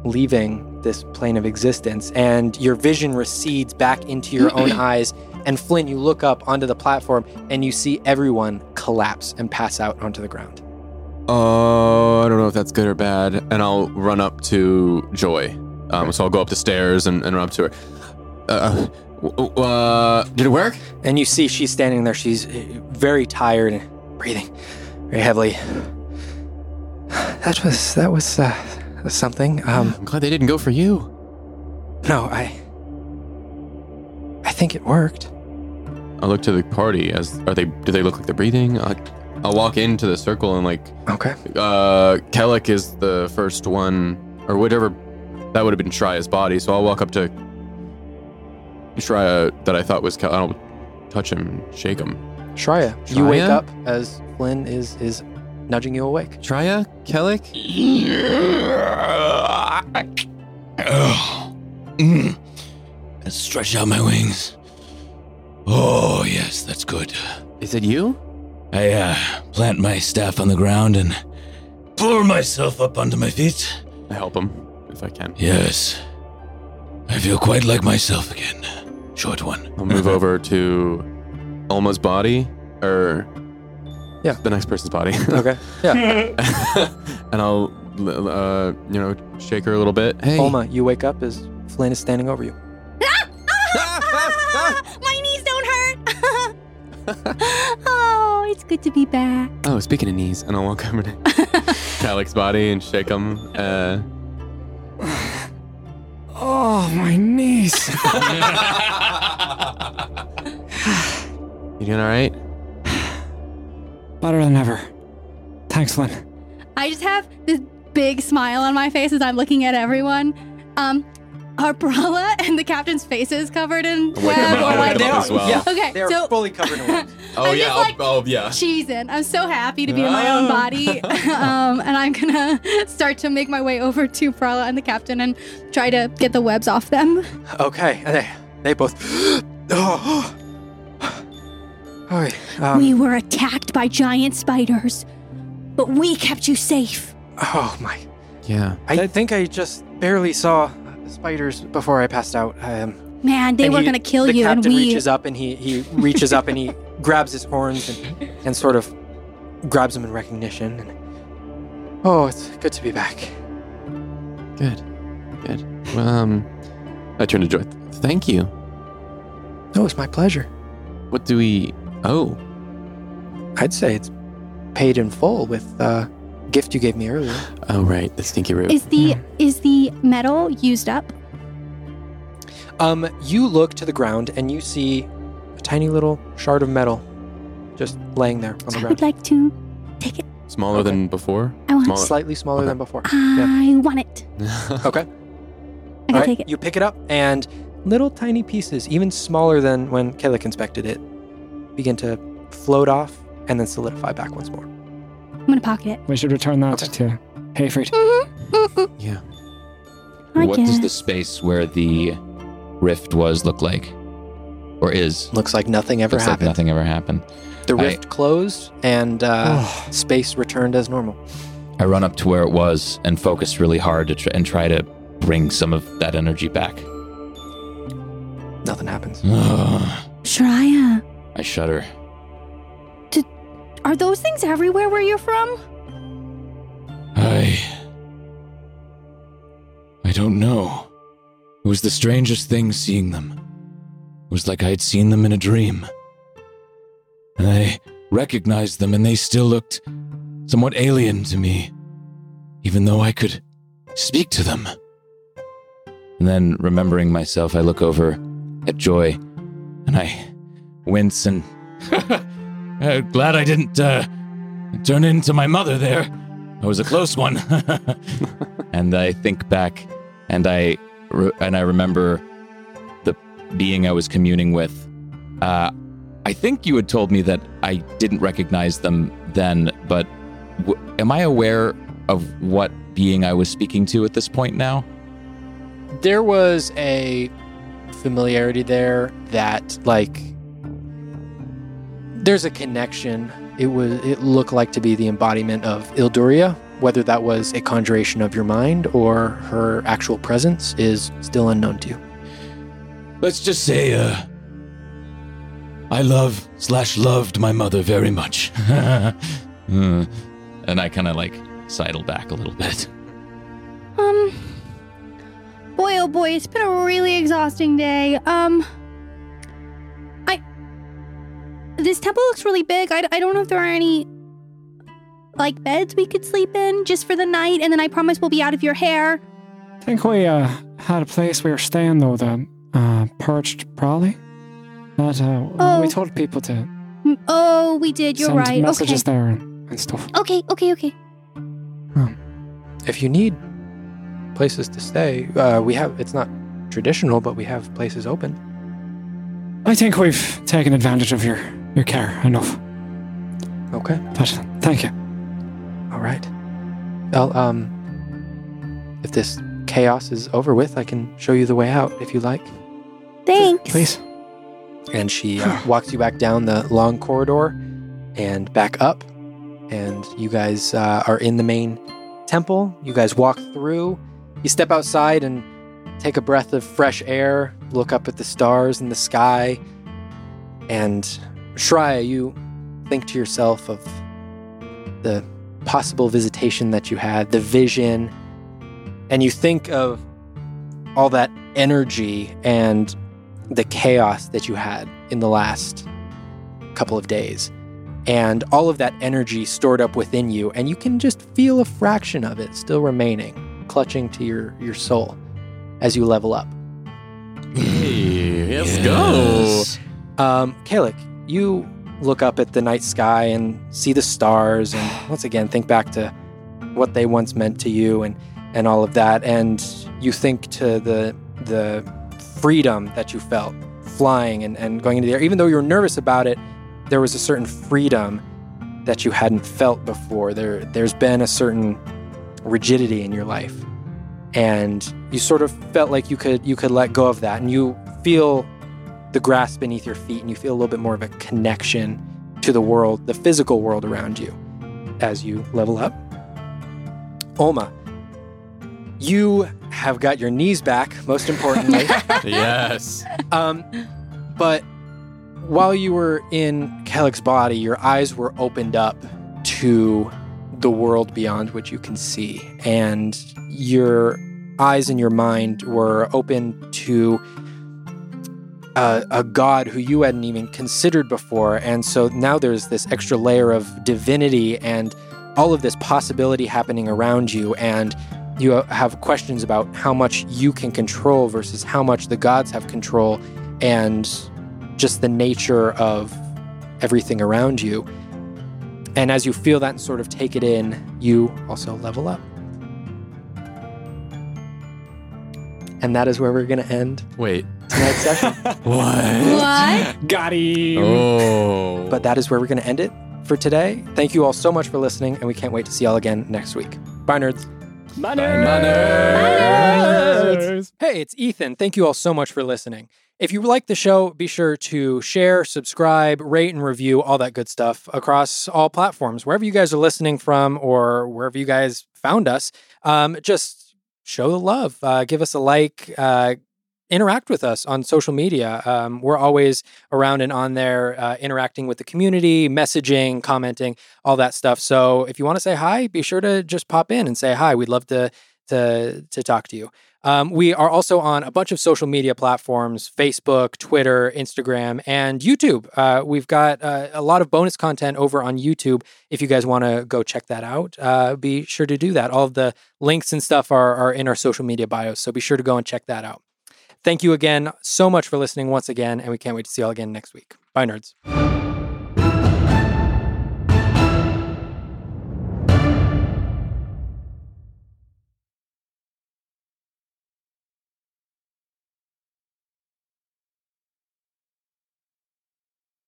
S3: leaving this plane of existence and your vision recedes back into your own eyes and Flynn you look up onto the platform and you see everyone collapse and pass out onto the ground.
S4: Oh, I don't know if that's good or bad. And I'll run up to Joy. Um, so I'll go up the stairs and, and run up to her. Uh, w- w- uh, did it work?
S3: And you see she's standing there she's uh, very tired and breathing very heavily. That was that was uh, something um
S4: I'm glad they didn't go for you.
S3: no I I think it worked.
S4: I look to the party. As are they? Do they look like they're breathing? I, I'll walk into the circle and like,
S3: Okay.
S4: uh, Kellic is the first one, or whatever. That would have been Shria's body. So I'll walk up to Shria that I thought was. Kel- I'll touch him, shake him.
S3: Shreya, you wake
S4: Shreya?
S3: up as Flynn is is nudging you awake.
S4: Shria, Kellic.
S5: Ugh. Mm. And stretch out my wings. Oh, yes, that's good.
S4: Is it you?
S5: I uh, plant my staff on the ground and pull myself up onto my feet.
S4: I help him if I can.
S5: Yes. I feel quite like myself again. Short one.
S4: I'll move over to Alma's body, or
S3: Yeah.
S4: the next person's body,
S3: Okay. Yeah.
S4: and I'll l- uh, you know shake her a little bit. Hey,
S3: Olma, you wake up as Flynn is standing over you.
S2: Ah, my knees don't hurt. oh it's good to be back.
S4: Oh, speaking of knees, and I'll walk over to Talik's body and shake him. Uh,
S6: Oh, my knees.
S4: you doing all right?
S6: Better than ever. Thanks, Lynn.
S2: I just have this big smile on my face as I'm looking at everyone. Um, our brala and the captain's faces covered in
S4: I'll wake him
S2: web
S4: up,
S2: or
S4: I'll wake
S2: like
S4: him up as well.
S3: Yeah.
S2: Okay,
S3: They're
S2: so-
S3: fully covered in wings.
S4: Oh
S2: I'm
S4: yeah.
S2: just
S4: I'll-
S2: like-
S4: oh yeah.
S2: cheesing. I'm so happy to be in my
S3: Oh.
S2: own body. um, and I'm gonna start to make my way over to Prala and the captain and try to get the webs off them.
S3: Okay. and They, they both. oh. All right. Um,
S2: we were attacked by giant spiders, but we kept you safe.
S3: oh my.
S4: Yeah.
S3: I think I just barely saw spiders before I passed out. Um,
S2: Man, they
S3: and
S2: were
S3: he-
S2: gonna kill
S3: the
S2: you, and
S3: captain
S2: we.
S3: reaches up and he he reaches up and he grabs his horns and, and sort of grabs them in recognition. And, oh, it's good to be back.
S4: Good. Good. Well, um, I turn to Joy. Thank you.
S3: No, it's my pleasure.
S4: What do we? Oh,
S3: I'd say it's paid in full with the gift you gave me earlier.
S4: oh right, the stinky root.
S2: is the
S3: Hmm.
S2: is the metal used up?
S3: Um, you look to the ground and you see a tiny little shard of metal just laying there on the
S2: I
S3: ground.
S2: would like to take it.
S4: Smaller
S3: Okay.
S4: than before.
S2: I want.
S4: Smaller.
S2: it.
S3: Slightly smaller
S4: Okay.
S3: than before.
S2: Ah, I want it.
S4: Oh,
S3: Okay.
S2: I can
S3: All right,
S2: take it.
S3: You pick it up, and little tiny pieces, even smaller than when Kalik inspected it, begin to float off and then solidify back once more.
S2: I'm gonna pocket it.
S6: We should return that to Hayfried.
S4: yeah.
S2: I
S8: what
S2: guess.
S8: does the space where the rift was look like, or is?
S3: Looks like nothing ever
S8: Looks like
S3: happened.
S8: nothing ever happened.
S3: The
S8: I-
S3: rift closed, and uh, space returned as normal.
S8: I run up to where it was and focus really hard to tr- and try to bring some of that energy back.
S3: Nothing happens.
S5: Ah.
S8: Ugh,
S2: Shreya,
S8: I shudder.
S2: are those things everywhere where you're from?
S5: I. I don't know. It was the strangest thing seeing them. It was like I had seen them in a dream. And I recognized them, and they still looked somewhat alien to me, even though I could speak to them.
S8: And then, remembering myself, I look over at Joy and I wince and.
S5: Uh, glad I didn't uh, turn into my mother there. I was a close one.
S8: and I think back, and I re- and I remember the being I was communing with. Uh, I think you had told me that I didn't recognize them then, but w- am I aware of what being I was speaking to at this point now?
S3: There was a familiarity there that, like, there's a connection. It was. It looked like to be the embodiment of Ilduria. Whether that was a conjuration of your mind or her actual presence is still unknown to you.
S5: Let's just say, uh, I love slash loved my mother very much.
S8: Hmm. and I kind of like sidle back a little bit.
S2: Um. Boy, oh boy, it's been a really exhausting day. Um. I. This temple looks really big. I, I don't know if there are any. Like beds we could sleep in just for the night, and then I promise we'll be out of your hair.
S6: I think we uh, had a place we were staying, though, the uh, Perched Prolly. That, uh,
S2: Oh.
S6: We told people to
S2: Mm, Oh, we did. You're
S6: send
S2: right. Okay.
S6: messages there and, and stuff.
S2: Okay. Okay. Okay.
S3: If you need places to stay, uh, we have. It's not traditional, but we have places open.
S6: I think we've taken advantage of your, your care enough.
S3: Okay.
S6: But thank you.
S3: All right. I'll, um, if this chaos is over with, I can show you the way out if you like.
S2: Thanks.
S6: Please.
S3: And she uh, walks you back down the long corridor and back up. And you guys uh, are in the main temple. You guys walk through. You step outside and take a breath of fresh air, look up at the stars in the sky. And Shreya, you think to yourself of the possible visitation that you had, the vision. And you think of all that energy and the chaos that you had in the last couple of days. and all of that energy stored up within you, and you can just feel a fraction of it still remaining, clutching to your, your soul as you level up.
S4: Hey, let's
S5: Yes.
S3: Um, Kalik, you look up at the night sky and see the stars, and once again think back to what they once meant to you and and all of that, and you think to the the freedom that you felt flying and, and going into the air. Even though you were nervous about it, there was a certain freedom that you hadn't felt before. There there's been a certain rigidity in your life. And you sort of felt like you could you could let go of that and you feel the grass beneath your feet and you feel a little bit more of a connection to the world, the physical world around you as you level up. Oma, you have got your knees back, most importantly.
S4: go. yes.
S3: um, but while you were in Kellick's body, your eyes were opened up to the world beyond which you can see. And your eyes and your mind were open to a, a God who you hadn't even considered before. And so now there's this extra layer of divinity and all of this possibility happening around you. And you have questions about how much you can control versus how much the gods have control and just the nature of everything around you. And as you feel that and sort of take it in, you also level up. And that is where we're going to end
S4: Wait.
S3: tonight's session.
S5: What?
S10: What?
S6: Got him.
S4: Oh.
S3: But that is where we're going to end it for today. Thank you all so much for listening, and we can't wait to see y'all again next week. Bye, nerds.
S6: My
S4: nerds.
S6: nerds.
S3: Hey, it's Ethan. Thank you all so much for listening. If you like the show, be sure to share, subscribe, rate, and review all that good stuff across all platforms, wherever you guys are listening from or wherever you guys found us. Um, just show the love, uh, give us a like, uh, interact with us on social media. Um, we're always around and on there, uh, interacting with the community, messaging, commenting, all that stuff. So if you want to say hi, be sure to just pop in and say hi. We'd love to to to talk to you. Um, we are also on a bunch of social media platforms Facebook, Twitter, Instagram, and YouTube. Uh, we've got uh, a lot of bonus content over on YouTube. If you guys want to go check that out, uh, be sure to do that. All of the links and stuff are, are in our social media bios. So be sure to go and check that out. Thank you again so much for listening once again. And we can't wait to see you all again next week. Bye, nerds.